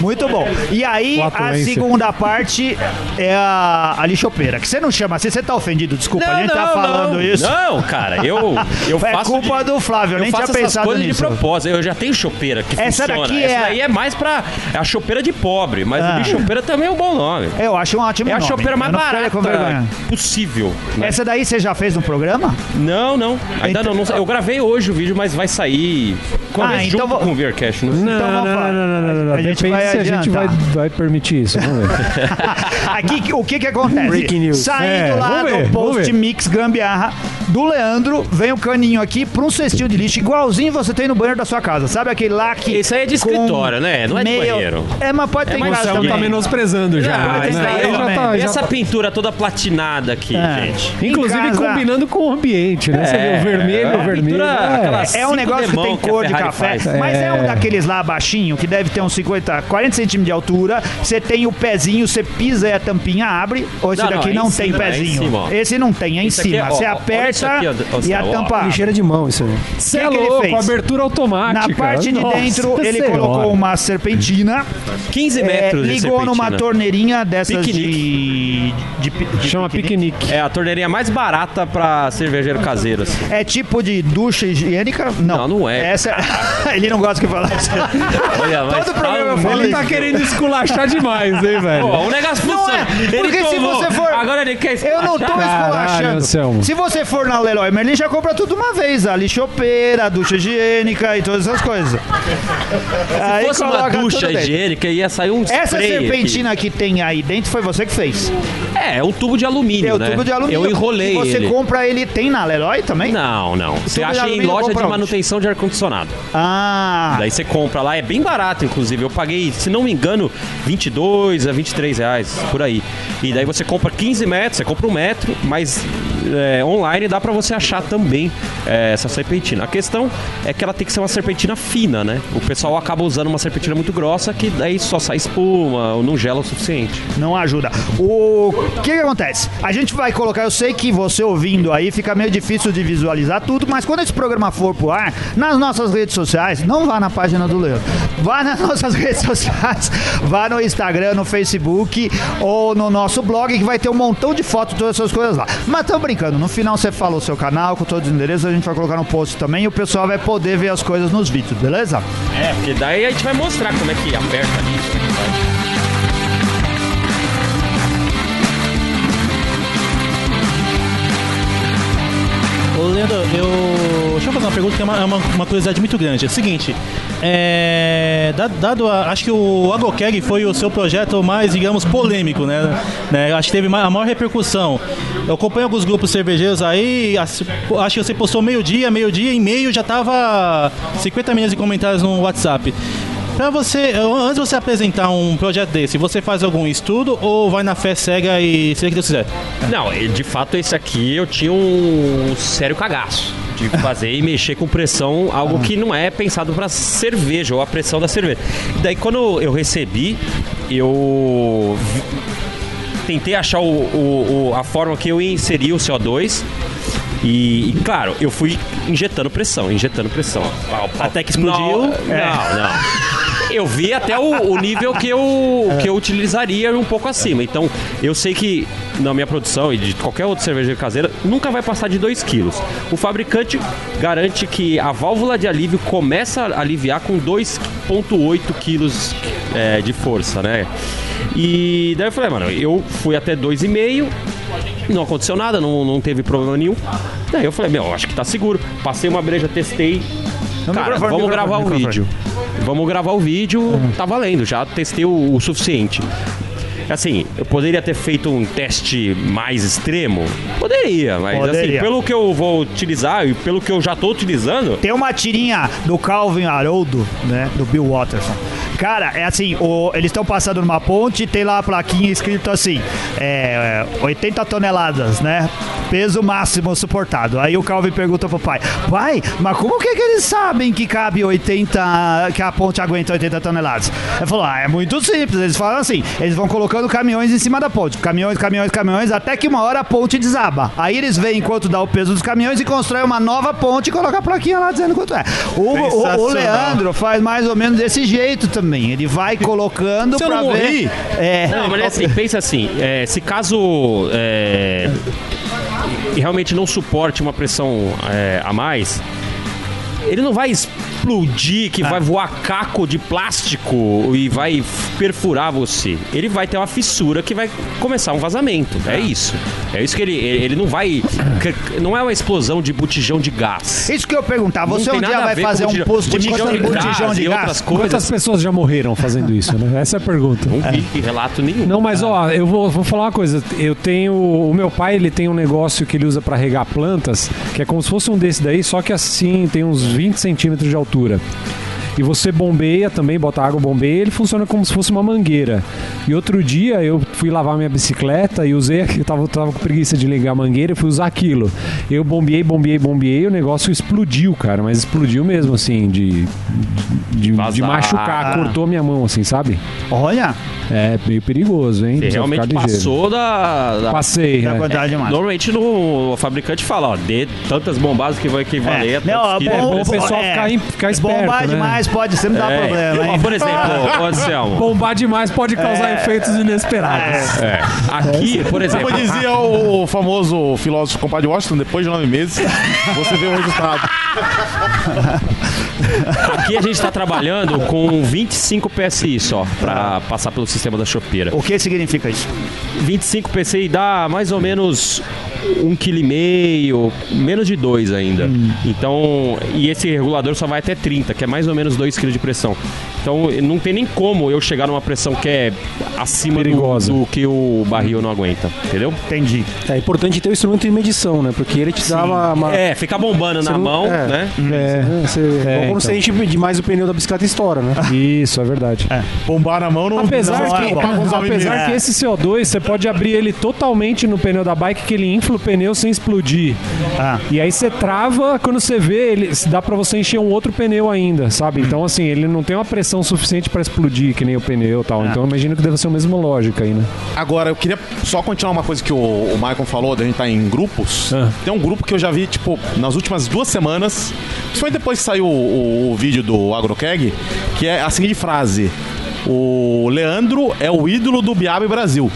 Speaker 1: Muito bom. E aí,
Speaker 5: Com
Speaker 1: a
Speaker 5: afluência.
Speaker 1: segunda parte é a, a lixopeira. Que você não chama assim, você tá ofendido, desculpa, a gente tá falando
Speaker 4: não.
Speaker 1: isso.
Speaker 4: Não, cara, eu, eu
Speaker 1: é
Speaker 4: faço.
Speaker 1: culpa
Speaker 4: de-
Speaker 1: do Flávio, eu
Speaker 4: Eu
Speaker 1: nem tinha
Speaker 4: faço essas
Speaker 1: pensado
Speaker 4: coisas
Speaker 1: nisso.
Speaker 4: de propósito. Eu já tenho chopeira que
Speaker 1: Essa
Speaker 4: funciona.
Speaker 1: daqui
Speaker 4: Essa
Speaker 1: é-
Speaker 4: daí é mais pra. É a chopeira de pobre, mas
Speaker 1: Ah.
Speaker 4: o bichopeira também é um bom nome.
Speaker 1: Eu acho um ótimo
Speaker 4: É a
Speaker 1: nome.
Speaker 4: chopeira mais
Speaker 1: Eu não ficaria
Speaker 4: barata
Speaker 1: com vergonha. É.
Speaker 4: possível. né?
Speaker 1: Essa daí você já fez no programa?
Speaker 4: Não, não. Ainda
Speaker 1: Então-
Speaker 4: não, não. Eu gravei hoje o vídeo, mas vai sair.
Speaker 1: Ah,
Speaker 4: Talvez
Speaker 1: então
Speaker 4: junto
Speaker 1: vou-
Speaker 4: com o né? Beercast. Não,
Speaker 5: Não,
Speaker 1: Então
Speaker 5: não,
Speaker 1: vamos falar.
Speaker 5: não, não, não, não, não.
Speaker 1: A gente
Speaker 5: Depende
Speaker 1: vai
Speaker 5: se a gente vai,
Speaker 1: adiantar.
Speaker 5: vai permitir isso. Vamos ver.
Speaker 1: Aqui, que- o que que acontece?
Speaker 5: Breaking news.
Speaker 1: Saindo
Speaker 5: É,
Speaker 1: lá
Speaker 5: vamos ver,
Speaker 1: do
Speaker 5: vamos
Speaker 1: post
Speaker 5: ver.
Speaker 1: mix gambiarra do Leandro, vem o caninho aqui pra um cestinho de lixo igualzinho você tem no banheiro da sua casa. Sabe aquele lá que...
Speaker 4: Isso aí é de
Speaker 1: com
Speaker 4: escritório, né? Não é de banheiro.
Speaker 1: É, mas pode ter em
Speaker 4: mais
Speaker 1: casa
Speaker 4: chão
Speaker 1: também.
Speaker 4: Tá
Speaker 5: um menosprezando
Speaker 4: Ah,
Speaker 5: Né?
Speaker 4: mas daí,
Speaker 5: Aí
Speaker 4: ó,
Speaker 5: já
Speaker 1: também.
Speaker 5: tá-
Speaker 4: e
Speaker 5: já
Speaker 4: essa pintura toda platinada aqui,
Speaker 1: É.
Speaker 4: gente.
Speaker 5: Inclusive
Speaker 1: Em casa-
Speaker 5: combinando com o ambiente, né? Você vê o vermelho, o vermelho.
Speaker 4: pintura,
Speaker 5: é.
Speaker 4: aquela-
Speaker 1: É um
Speaker 4: Cinco
Speaker 1: negócio que
Speaker 4: demão
Speaker 1: tem
Speaker 4: que a
Speaker 1: cor de
Speaker 4: Ferrari
Speaker 1: café,
Speaker 4: faz.
Speaker 1: mas é.
Speaker 5: É.
Speaker 1: um daqueles lá baixinho, que deve ter uns 50, 40 centímetros de altura. Você tem o pezinho, você pisa e a tampinha abre. Ou esse
Speaker 4: Não, não,
Speaker 1: daqui
Speaker 4: é
Speaker 1: não,
Speaker 4: em
Speaker 1: tem
Speaker 4: cima, é em
Speaker 1: pezinho?
Speaker 4: cima, ó.
Speaker 1: esse não tem, é em
Speaker 4: Isso aqui é,
Speaker 1: cima.
Speaker 4: ó,
Speaker 1: Você
Speaker 4: ó, olha
Speaker 1: aperta
Speaker 4: isso aqui, ó,
Speaker 1: e a
Speaker 4: ó, ó.
Speaker 1: tampa abre.
Speaker 5: Ligeira de mão isso aí. Você
Speaker 1: que
Speaker 5: é
Speaker 1: que ele
Speaker 5: louco,
Speaker 1: fez?
Speaker 5: abertura automática.
Speaker 1: Na parte de
Speaker 5: Nossa é
Speaker 1: dentro, ele
Speaker 5: Senhora.
Speaker 1: colocou um uma serpentina,
Speaker 4: 15
Speaker 1: é,
Speaker 4: metros de
Speaker 1: ligou numa
Speaker 4: serpentina.
Speaker 1: torneirinha dessas de,
Speaker 4: Piquenique.
Speaker 1: de, pi- de
Speaker 5: Chama piquenique.
Speaker 4: É a torneirinha mais barata pra cervejeiro caseiro, assim.
Speaker 1: É tipo de ducha higiênica? Não,
Speaker 4: Não, não é.
Speaker 1: Essa... ele não gosta que eu fale isso.
Speaker 4: Olha, mas
Speaker 1: Todo problema eu
Speaker 4: um
Speaker 1: falo
Speaker 5: Ele
Speaker 1: isso.
Speaker 5: tá querendo esculachar demais, hein, velho?
Speaker 4: Pô, o negócio
Speaker 1: Não
Speaker 4: funciona.
Speaker 1: é, porque
Speaker 4: Ele
Speaker 1: se
Speaker 4: tomou,
Speaker 1: você for-
Speaker 4: Agora ele quer
Speaker 1: Eu não tô
Speaker 5: Caralho,
Speaker 1: esculachando.
Speaker 5: Anselmo.
Speaker 1: Se você for na Leroy Merlin, já compra tudo uma vez. A lixopeira, a ducha higiênica e todas essas coisas.
Speaker 4: Se
Speaker 1: Aí
Speaker 4: fosse uma
Speaker 1: coloca
Speaker 4: ducha
Speaker 1: tudo dentro.
Speaker 4: higiênica, ia sair um spray
Speaker 1: Essa
Speaker 4: aqui.
Speaker 1: serpentina que tem aí dentro foi você que fez.
Speaker 4: É, é um tubo de alumínio,
Speaker 1: É o
Speaker 4: né?
Speaker 1: tubo de alumínio.
Speaker 4: Eu enrolei
Speaker 1: E você
Speaker 4: ele.
Speaker 1: compra ele, tem na Leroy também?
Speaker 4: Não, não. Você
Speaker 1: de
Speaker 4: acha em
Speaker 1: alumínio
Speaker 4: loja
Speaker 1: compra
Speaker 4: de
Speaker 1: onde?
Speaker 4: manutenção de ar-condicionado.
Speaker 1: Ah,
Speaker 4: Daí você compra lá, é bem barato, inclusive. Eu paguei, se não me engano, 22 a 23 reais, por aí. E daí você compra 15 metros, você compra um metro, mas é, online dá pra você achar também é, essa serpentina. A questão é que ela tem que ser uma serpentina fina, né? O pessoal acaba usando uma serpentina muito grossa que daí só sai espuma ou não gela o suficiente.
Speaker 1: não ajuda. O que, que acontece? A gente vai colocar, eu sei que você ouvindo aí fica meio difícil de visualizar tudo, mas quando esse programa for pro ar, nas nossas redes sociais, não vá na página do Leandro, vá nas nossas redes sociais, vá no Instagram, no Facebook ou no nosso blog que vai ter um montão de fotos, todas essas coisas lá. Mas tô brincando, no final você fala o seu canal com todos os endereços, a gente vai colocar no post também e o pessoal vai poder ver as coisas nos vídeos, beleza?
Speaker 4: É, porque daí a gente vai mostrar como é que aperta ali.
Speaker 8: Ô, Leandro, eu. Deixa eu fazer uma pergunta que é uma, é uma, uma curiosidade muito grande. É o seguinte: é, da- dado a- acho que o Agokeg foi o seu projeto mais, digamos, polêmico, né? Né, Acho que teve ma- a maior repercussão. Eu acompanho alguns grupos cervejeiros aí, as- acho que você postou meio-dia, meio-dia e meio já tava 50 milhões de comentários no WhatsApp. Pra você, antes de você apresentar um projeto desse, você faz algum estudo ou vai na fé cega e seja o que Deus quiser?
Speaker 4: Não, e de fato esse aqui eu tinha um sério cagaço de fazer e mexer com pressão, algo que não é pensado para cerveja ou a pressão da cerveja. Daí quando eu recebi, eu vi- tentei achar o- o- o- a forma que eu inseria o CO2. E, e, claro, eu fui injetando pressão, injetando pressão. Pau, pau.
Speaker 8: Até que explodiu.
Speaker 4: Não, não. não. Eu vi até o, o nível que eu, que eu utilizaria um pouco acima. Então, eu sei que na minha produção e de qualquer outra cerveja caseira, nunca vai passar de 2 quilos. O fabricante garante que a válvula de alívio começa a aliviar com 2,8 quilos é, de força, né? E daí eu falei, "Ah, mano, eu fui até 2,5 não aconteceu nada, não, não teve problema nenhum. Daí eu falei, meu, acho que tá seguro. Passei uma breja, testei.
Speaker 1: microfone,
Speaker 4: Cara, vamos
Speaker 1: microfone,
Speaker 4: gravar o
Speaker 1: microfone.
Speaker 4: vídeo. Vamos gravar o vídeo, tá valendo, já testei o, o suficiente. Assim, eu poderia ter feito um teste mais extremo? Poderia, mas
Speaker 1: Poderia.
Speaker 4: assim, pelo que eu vou utilizar e pelo que eu já tô utilizando,
Speaker 1: Tem uma tirinha do Calvin Haroldo, né? Do Bill Watterson. Cara, é assim, o- eles estão passando numa ponte, tem lá a plaquinha escrito assim, é, é, 80 toneladas, né? Peso máximo suportado. Aí o Calvin pergunta pro pai, pai, mas como que, que eles sabem que cabe 80, que a ponte aguenta 80 toneladas? Ele falou, ah, é muito simples. Eles falam assim, eles vão colocando caminhões em cima da ponte, caminhões, caminhões, caminhões, até que uma hora a ponte desaba. Aí eles veem quanto dá o peso dos caminhões e constrói uma nova ponte e coloca a plaquinha lá dizendo quanto é. O, o, o
Speaker 8: Sensacional.
Speaker 1: Leandro faz mais ou menos desse jeito também. Ele vai colocando
Speaker 2: Se eu
Speaker 1: pra
Speaker 2: não
Speaker 1: ver.
Speaker 2: morri?
Speaker 1: É.
Speaker 4: Não, mas é assim, pensa assim, é, se caso é, e realmente não suporte uma pressão é, a mais, ele não vai explodir, que vai voar caco de plástico e vai f- perfurar você. Ele vai ter uma fissura que vai começar um vazamento. É isso. É isso que ele. Ele não vai. que- Não é uma explosão de botijão de gás.
Speaker 1: Isso que eu ia perguntar,
Speaker 4: Não
Speaker 1: você
Speaker 4: tem
Speaker 1: um dia
Speaker 4: nada a
Speaker 1: vai
Speaker 4: ver com
Speaker 1: fazer um
Speaker 4: botijão-
Speaker 1: post de
Speaker 4: botijão
Speaker 1: botijão,
Speaker 4: de gás
Speaker 1: de
Speaker 4: Ah, e
Speaker 1: gás?
Speaker 4: outras
Speaker 5: Quantas
Speaker 4: coisas.
Speaker 5: pessoas já morreram fazendo isso, né? Essa é a pergunta.
Speaker 4: Não vi relato nenhum.
Speaker 5: Não, mas ó, eu vou, vou falar uma coisa. Eu tenho. O meu pai ele tem um negócio que ele usa pra regar plantas, que é como se fosse um desse daí, só que assim tem uns 20 centímetros de altura. E você bombeia também, bota água, bombeia, ele funciona como se fosse uma mangueira. E outro dia eu fui lavar minha bicicleta e usei aqui, eu tava, tava com preguiça de ligar a mangueira e fui usar aquilo. Eu bombeei, bombeei, bombeei, e o negócio explodiu, cara, mas explodiu mesmo, assim, de, de, de, de
Speaker 4: Vazar.
Speaker 5: machucar, cortou minha mão, assim, sabe?
Speaker 1: Olha,
Speaker 5: É meio perigoso, hein?
Speaker 4: Você
Speaker 5: Precisa
Speaker 4: realmente
Speaker 5: ficar ligeiro.
Speaker 4: passou da- da
Speaker 5: Passei,
Speaker 1: tá
Speaker 5: é.
Speaker 1: quantidade demais.
Speaker 4: Normalmente no, o fabricante fala, ó, dê tantas bombadas que vai equivaler
Speaker 1: É.
Speaker 4: a tantos
Speaker 1: Não,
Speaker 4: quilos.
Speaker 1: bom-
Speaker 5: bom o
Speaker 1: bom-
Speaker 5: pessoal ficar em- ficar esperto,
Speaker 1: Bombar
Speaker 5: né?
Speaker 1: demais pode sempre dar
Speaker 4: É.
Speaker 1: problema,
Speaker 4: Ó,
Speaker 1: hein?
Speaker 4: Por exemplo, ô Anselmo,
Speaker 5: Bombar demais pode causar efeitos inesperados.
Speaker 4: é, aqui, por exemplo,
Speaker 2: Como dizia o, o famoso filósofo compadre Washington, depois de nove meses, você vê o resultado.
Speaker 4: aqui a gente tá trabalhando com 25 PSI só, pra
Speaker 1: Tá.
Speaker 4: passar pelo sistema da chopeira.
Speaker 1: O que significa isso?
Speaker 4: 25 PSI dá mais ou menos um quilo e meio, menos de 2 ainda. Então, e esse regulador só vai até 30, que é mais ou menos 2 kg de pressão. Então, não tem nem como eu chegar numa pressão que é acima do,
Speaker 5: Perigosa.
Speaker 4: do que o barril não aguenta, entendeu?
Speaker 1: Entendi.
Speaker 7: É importante ter o instrumento de medição, né? Porque ele te dá uma. uma-
Speaker 4: É, fica bombando na
Speaker 7: não-
Speaker 4: mão,
Speaker 7: é.
Speaker 4: né?
Speaker 7: É, você,
Speaker 5: É,
Speaker 7: como
Speaker 5: então.
Speaker 7: você enche demais o pneu da bicicleta estoura, né?
Speaker 5: Isso, é verdade.
Speaker 2: Bombar na mão não
Speaker 5: Apesar,
Speaker 1: Não, é
Speaker 5: que,
Speaker 1: bom.
Speaker 5: apesar
Speaker 1: É.
Speaker 5: que esse CO2, você pode abrir ele totalmente no pneu da bike, que ele infla o pneu sem explodir.
Speaker 1: Ah.
Speaker 5: E aí você trava, quando você vê, ele dá pra você encher um outro pneu ainda, sabe? Então, assim, ele não tem uma pressão suficiente pra explodir, que nem o pneu e tal. Então, eu imagino que deve ser a mesma lógica aí, né?
Speaker 2: Agora, eu queria só continuar uma coisa que o, o Michael falou, da gente tá em grupos.
Speaker 5: Ah.
Speaker 2: Tem um grupo que eu já vi, tipo, nas últimas duas semanas, principalmente depois que saiu o, o- o vídeo do AgroCag, que é a seguinte frase. O Leandro é o ídolo do Biabe Brasil.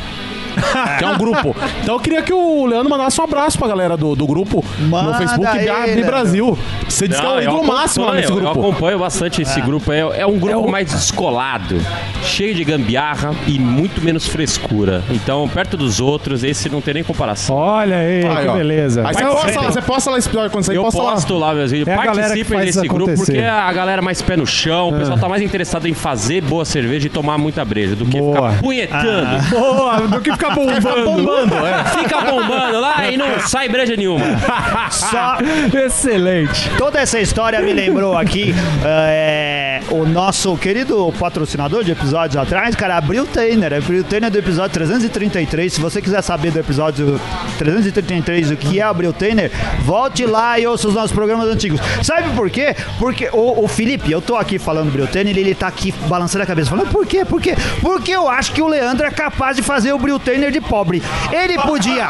Speaker 2: Que é um grupo. Então eu queria que o Leandro mandasse um abraço pra galera do, do grupo
Speaker 1: Manda
Speaker 2: no Facebook
Speaker 1: aí,
Speaker 2: Biabe
Speaker 1: Leandro.
Speaker 2: Brasil. Você
Speaker 4: Não, eu
Speaker 2: descarregou é o máximo lá nesse
Speaker 4: acompanho, Eu
Speaker 2: grupo.
Speaker 4: acompanho bastante esse grupo. É, é um grupo mais descolado, cheio de gambiarra e muito menos frescura. Então, perto dos outros, esse não tem nem comparação.
Speaker 5: Olha aí,
Speaker 2: Aí,
Speaker 5: que
Speaker 2: ó.
Speaker 5: beleza.
Speaker 2: Aí você posta, lá, você posta lá esse episódio quando sair,
Speaker 4: Eu
Speaker 2: posta lá.
Speaker 4: posto lá meus vídeos.
Speaker 5: É a galera que
Speaker 4: Participem
Speaker 5: faz
Speaker 4: desse
Speaker 5: isso
Speaker 4: grupo,
Speaker 5: acontecer.
Speaker 4: porque é a galera mais pé no chão. O pessoal tá mais interessado em fazer boa cerveja e tomar muita breja do que
Speaker 5: Boa.
Speaker 4: ficar punhetando. é.
Speaker 5: Boa, do que ficar bombando.
Speaker 4: Fica bombando lá e não sai breja nenhuma. Ah,
Speaker 1: Só
Speaker 5: Excelente.
Speaker 1: toda essa história me lembrou aqui é, o nosso querido patrocinador de episódios atrás, cara, abriu o Tainer. Abriu o Tainer é do episódio 333. Se você quiser saber do episódio 333 o que é abrir o Tainer, volte lá e ouça os nossos programas antigos. Sabe por quê? Porque o, o Felipe, eu tô aqui falando do Briltainer, ele, ele tá aqui balançando a cabeça, falando por quê? Por quê? Porque eu acho que o Leandro é capaz de fazer o Briltainer de pobre. Ele podia.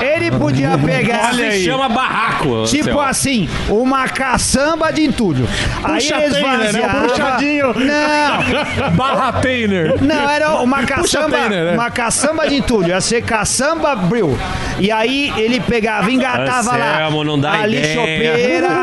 Speaker 1: Ele podia pegar.
Speaker 4: Se chama barraco.
Speaker 1: Tipo
Speaker 2: Então,
Speaker 4: seu.
Speaker 1: assim, uma caçamba de entulho.
Speaker 2: Puxa
Speaker 1: Aí eles
Speaker 2: Tainer, né?
Speaker 1: vaziavam.
Speaker 2: Puxadinho.
Speaker 1: Não,
Speaker 5: Barratainer.
Speaker 1: não, era uma caçamba,
Speaker 2: Tainer, né?
Speaker 1: uma caçamba de entulho. Ia ser caçamba bril. E aí ele pegava, engatava lá
Speaker 4: Anselmo, não dá
Speaker 1: a
Speaker 4: ideia.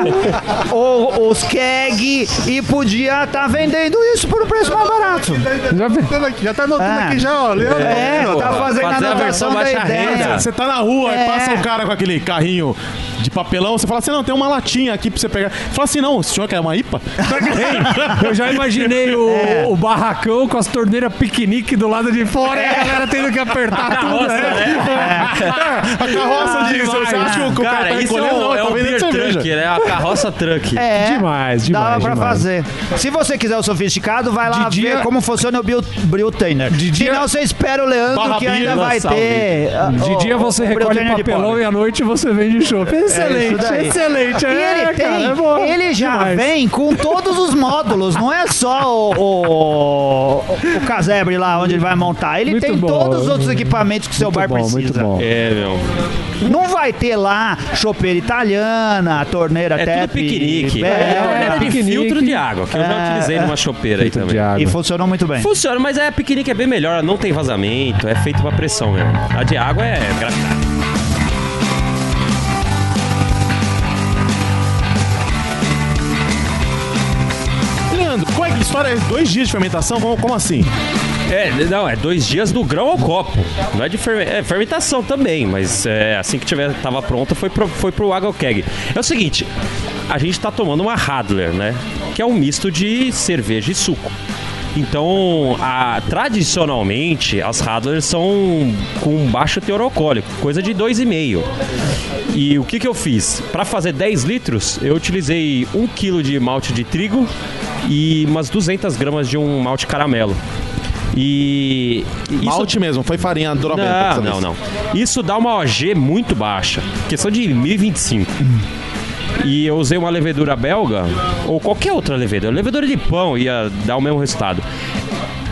Speaker 1: lixopeira, o- os keg e podia estar vendendo isso por um preço mais barato.
Speaker 5: Já vi.
Speaker 6: Já tá anotando
Speaker 1: Ah.
Speaker 6: aqui já, ó. Leandro.
Speaker 1: É, tá fazendo
Speaker 4: fazer
Speaker 1: a
Speaker 4: a
Speaker 1: anotação
Speaker 4: versão
Speaker 1: da
Speaker 4: baixa
Speaker 1: ideia.
Speaker 4: renda.
Speaker 2: Você tá na rua
Speaker 1: É.
Speaker 2: e passa um cara com aquele carrinho de papelão, você fala assim, não, tem uma latinha aqui pra você pegar. Fala assim, não, o senhor quer uma IPA? Tá
Speaker 5: Eu já imaginei o,
Speaker 1: É.
Speaker 5: o barracão com as torneiras piquenique do lado de fora e a galera tendo que apertar tudo.
Speaker 4: Nossa,
Speaker 5: né?
Speaker 4: né?
Speaker 2: A carroça de... Você acha que o cara,
Speaker 4: Cara,
Speaker 2: tá
Speaker 4: isso é
Speaker 2: encolhendo?
Speaker 4: um,
Speaker 2: Não,
Speaker 4: é
Speaker 2: tá
Speaker 4: um
Speaker 2: vendendo
Speaker 4: beer
Speaker 2: cerveja.
Speaker 4: truck, né? A carroça truck.
Speaker 1: É,
Speaker 5: Demais,
Speaker 1: Dava
Speaker 5: demais, é-
Speaker 1: pra
Speaker 5: demais.
Speaker 1: fazer. Se você quiser o sofisticado, vai lá
Speaker 5: De
Speaker 1: ver
Speaker 5: dia-
Speaker 1: como funciona o Bill, Bill Tainer.
Speaker 5: De
Speaker 1: Se
Speaker 5: dia-
Speaker 1: não, você espera o Leandro
Speaker 2: Barra
Speaker 1: que ainda
Speaker 2: Bia,
Speaker 5: né?
Speaker 1: vai
Speaker 4: lançar o
Speaker 1: ter. ah,
Speaker 5: De
Speaker 1: o-
Speaker 5: dia é você
Speaker 1: o Bill
Speaker 5: recolhe
Speaker 1: Tainer de
Speaker 5: papelão
Speaker 1: pobre.
Speaker 5: e à noite você vende chopp. Excelente,
Speaker 1: É daí.
Speaker 5: excelente.
Speaker 1: E
Speaker 5: É,
Speaker 1: ele tem,
Speaker 5: cara, é bom.
Speaker 1: ele já
Speaker 5: Demais.
Speaker 1: vem com todos os módulos, não é só o, o, o casebre lá onde ele vai montar. Ele
Speaker 5: Muito
Speaker 1: tem
Speaker 5: bom.
Speaker 1: todos os outros equipamentos que o seu
Speaker 5: Muito
Speaker 1: bar
Speaker 5: bom,
Speaker 1: precisa.
Speaker 5: muito bom.
Speaker 4: É, meu.
Speaker 1: Não vai ter lá chopeira italiana, torneira
Speaker 4: É
Speaker 1: tap.
Speaker 4: tudo piquenique.
Speaker 1: é,
Speaker 4: É,
Speaker 1: é.
Speaker 4: de
Speaker 5: piquenique.
Speaker 4: filtro de água, que eu já
Speaker 1: É,
Speaker 4: utilizei
Speaker 1: é.
Speaker 4: numa chopeira aí também.
Speaker 5: De água.
Speaker 1: E funcionou muito bem.
Speaker 4: Funciona, mas a piquenique é bem melhor, não tem vazamento, é feito pra pressão mesmo. A de água é gravidade.
Speaker 2: Leandro, qual é que história? é? Dois dias de fermentação? Como, como assim?
Speaker 4: É, não, é dois dias do grão ao copo. Não é de ferme- é, fermentação também, mas é, assim que tiver, tava pronta, foi pro, foi pro Água Keg. É o seguinte, a gente tá tomando uma Radler, né? Que é um misto de cerveja e suco. Então, a- tradicionalmente, as Radlers são com baixo teor alcoólico, coisa de 2,5. E o que, que eu fiz? Para fazer 10 litros, eu utilizei 1 kg de malte de trigo e umas 200 gramas de um malte caramelo. E. isso-
Speaker 2: Malte mesmo, foi farinha drobenta. dessa
Speaker 4: Não,
Speaker 2: vez.
Speaker 4: não, não. Isso dá uma OG muito baixa. Questão de 1025. E eu usei uma levedura belga ou qualquer outra levedura. Levedura de pão ia dar o mesmo resultado.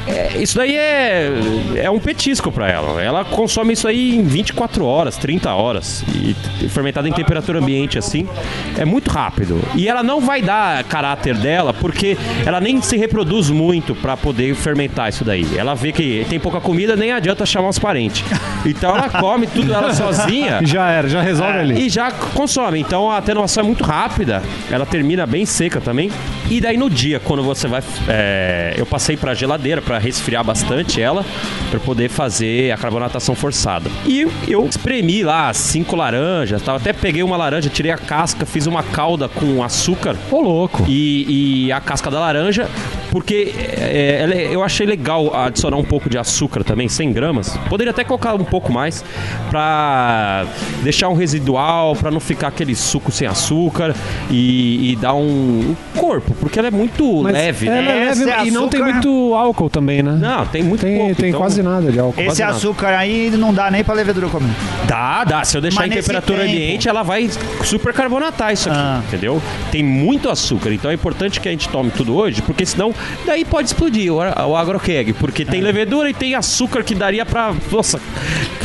Speaker 4: É, isso daí é, é um petisco pra ela. Ela consome isso aí em 24 horas, 30 horas. E t- fermentada em temperatura ambiente, assim. É muito rápido. E ela não vai dar caráter dela, porque ela nem se reproduz muito pra poder fermentar isso daí. Ela vê que tem pouca comida, nem adianta chamar os parentes. Então ela come tudo ela sozinha.
Speaker 5: Já era, já
Speaker 1: Ah,
Speaker 5: resolve ali.
Speaker 4: E já consome. Então a atenuação é muito rápida. Ela termina bem seca também. E daí no dia, quando você vai. é, eu passei pra geladeira pra resfriar bastante ela, pra poder fazer a carbonatação forçada. E eu espremi lá cinco laranjas, tal. até peguei uma laranja, tirei a casca, fiz uma calda com açúcar
Speaker 5: Ô, louco.
Speaker 4: e, e a casca da laranja, porque é, ela- eu achei legal adicionar um pouco de açúcar também, 100 gramas. Poderia até colocar um pouco mais pra deixar um residual, pra não ficar aquele suco sem açúcar e, e dar um, um corpo, porque ela é muito
Speaker 5: Mas
Speaker 4: leve,
Speaker 5: ela
Speaker 4: né?
Speaker 5: é
Speaker 1: Esse
Speaker 5: leve e não
Speaker 1: açúcar-
Speaker 5: tem muito álcool também, né?
Speaker 4: Não, tem muito
Speaker 5: tem,
Speaker 4: pouco,
Speaker 5: tem
Speaker 4: então-
Speaker 5: quase nada de álcool.
Speaker 1: Esse
Speaker 4: quase nada.
Speaker 1: açúcar aí não dá nem pra levedura comer.
Speaker 4: Dá, dá. Se eu deixar
Speaker 1: Mas
Speaker 4: em
Speaker 1: nesse
Speaker 4: temperatura
Speaker 1: tempo-
Speaker 4: ambiente, ela vai supercarbonatar isso aqui,
Speaker 1: Ah.
Speaker 4: entendeu? Tem muito açúcar, então é importante que a gente tome tudo hoje, porque senão daí pode explodir o, a- o agrokeg, porque
Speaker 1: É.
Speaker 4: tem levedura e tem açúcar que daria pra, nossa,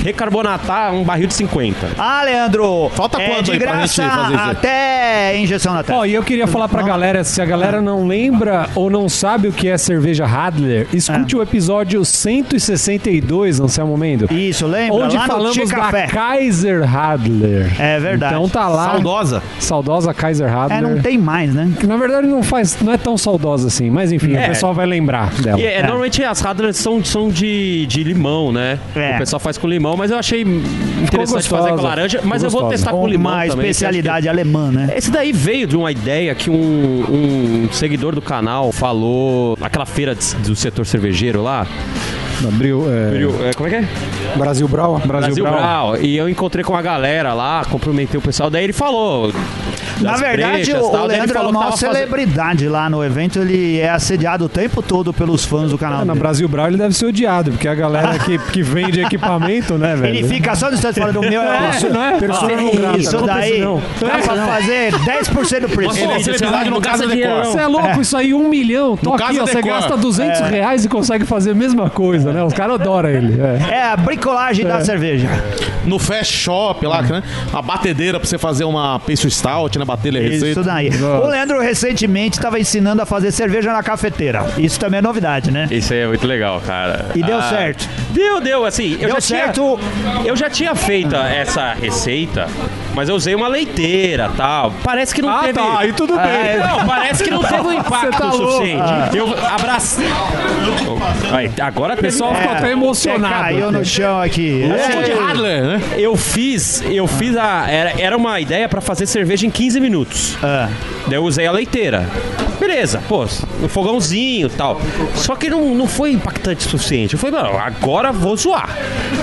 Speaker 4: recarbonatar um barril de 50.
Speaker 1: Ah, Leandro!
Speaker 2: Falta
Speaker 1: é
Speaker 2: quanto
Speaker 1: de
Speaker 2: aí pra
Speaker 1: graça
Speaker 2: gente fazer isso aí?
Speaker 4: Ah,
Speaker 1: até injeção na testa.
Speaker 5: Ó, e eu queria falar pra galera, se a galera não lembra ou não sabe o que é cerveja Radler,
Speaker 1: Ah.
Speaker 5: escute o episódio 162, Anselmo Mendo.
Speaker 1: Isso, lembra?
Speaker 5: Onde
Speaker 1: lá no Tia
Speaker 5: falamos da
Speaker 1: Café.
Speaker 5: Kaiser Radler.
Speaker 1: É verdade.
Speaker 5: Então tá lá.
Speaker 2: Saudosa.
Speaker 5: Saudosa Kaiser Radler.
Speaker 1: É, não tem mais, né?
Speaker 5: Que, Na verdade não faz, não é tão saudosa assim, mas enfim,
Speaker 4: É.
Speaker 5: o pessoal vai lembrar dela.
Speaker 4: E, é, Normalmente as radlers são, são de, de limão, né?
Speaker 1: É.
Speaker 4: O pessoal faz com limão, mas eu achei interessante fazer com
Speaker 5: gostosa.
Speaker 4: laranja, mas
Speaker 5: Ficou
Speaker 4: eu vou
Speaker 5: gostosa.
Speaker 4: testar com limão
Speaker 1: Uma
Speaker 4: também. que acho que- é
Speaker 1: especialidade alemã, né?
Speaker 4: Esse daí veio de uma ideia que um, um seguidor do canal falou naquela feira de- do setor cervejeiro lá.
Speaker 7: Abril, é,
Speaker 4: É, como é que é?
Speaker 7: Brasil Brau.
Speaker 4: Brasil Brau. E eu encontrei com a galera lá, cumprimentei o pessoal. Daí ele falou.
Speaker 1: É, Na
Speaker 4: das
Speaker 1: verdade,
Speaker 4: brechas,
Speaker 1: o,
Speaker 4: tal,
Speaker 1: o
Speaker 4: daí ele
Speaker 1: Leandro é
Speaker 4: falou
Speaker 1: uma
Speaker 4: que
Speaker 1: maior
Speaker 4: tava fazendo-
Speaker 1: celebridade lá no evento. Ele é assediado o tempo todo pelos fãs do canal.
Speaker 5: Na
Speaker 1: dele.
Speaker 5: Brasil Brau ele deve ser odiado, porque a galera que, que vende equipamento, né, velho?
Speaker 1: Ele fica só distante falando, o meu é Ah,
Speaker 5: Isso não é? Persona não grata.
Speaker 1: Isso
Speaker 5: Não
Speaker 1: daí
Speaker 5: pensa não.
Speaker 1: dá pra fazer 10% do preço.
Speaker 2: Ele é celebridade no caso de
Speaker 5: Você é louco, isso aí, um milhão. Tô aqui,
Speaker 2: caso
Speaker 5: ó,
Speaker 2: é
Speaker 5: você
Speaker 2: decor.
Speaker 5: gasta 200 reais e consegue fazer a mesma coisa, né? Os caras adoram ele. é.
Speaker 1: É a bricolagem da cerveja.
Speaker 2: No Fast Shop lá, né? A batedeira pra você fazer uma pastry stout, né? Bater a receita.
Speaker 1: Isso daí. O Leandro recentemente estava ensinando a fazer cerveja na cafeteira. Isso também é novidade, né?
Speaker 4: Isso aí é muito legal, cara.
Speaker 1: E
Speaker 2: Ah.
Speaker 1: deu certo.
Speaker 4: Deu, deu, assim. Eu
Speaker 1: Deu
Speaker 4: já
Speaker 1: certo.
Speaker 4: Tinha, eu já tinha feito essa receita, mas eu usei uma leiteira tal. Parece que não
Speaker 5: Ah,
Speaker 4: teve.
Speaker 5: tá, aí tudo
Speaker 4: Ah,
Speaker 5: bem.
Speaker 4: é, não, parece que não teve um impacto
Speaker 5: tá louco.
Speaker 4: suficiente. Eu abracei. Aí, agora o pessoal
Speaker 5: Tô
Speaker 4: ficou
Speaker 5: até
Speaker 1: Você
Speaker 5: emocionado.
Speaker 1: caiu no chão aqui. É.
Speaker 2: Tipo de Radler, né?
Speaker 4: Eu fiz, eu fiz a. Era, era uma ideia pra fazer cerveja em 15 minutos.
Speaker 1: Ah.
Speaker 4: Daí eu usei a leiteira. Beleza, pô, um fogãozinho e tal. Só que não, não foi impactante o suficiente. Eu falei, mano, agora vou zoar.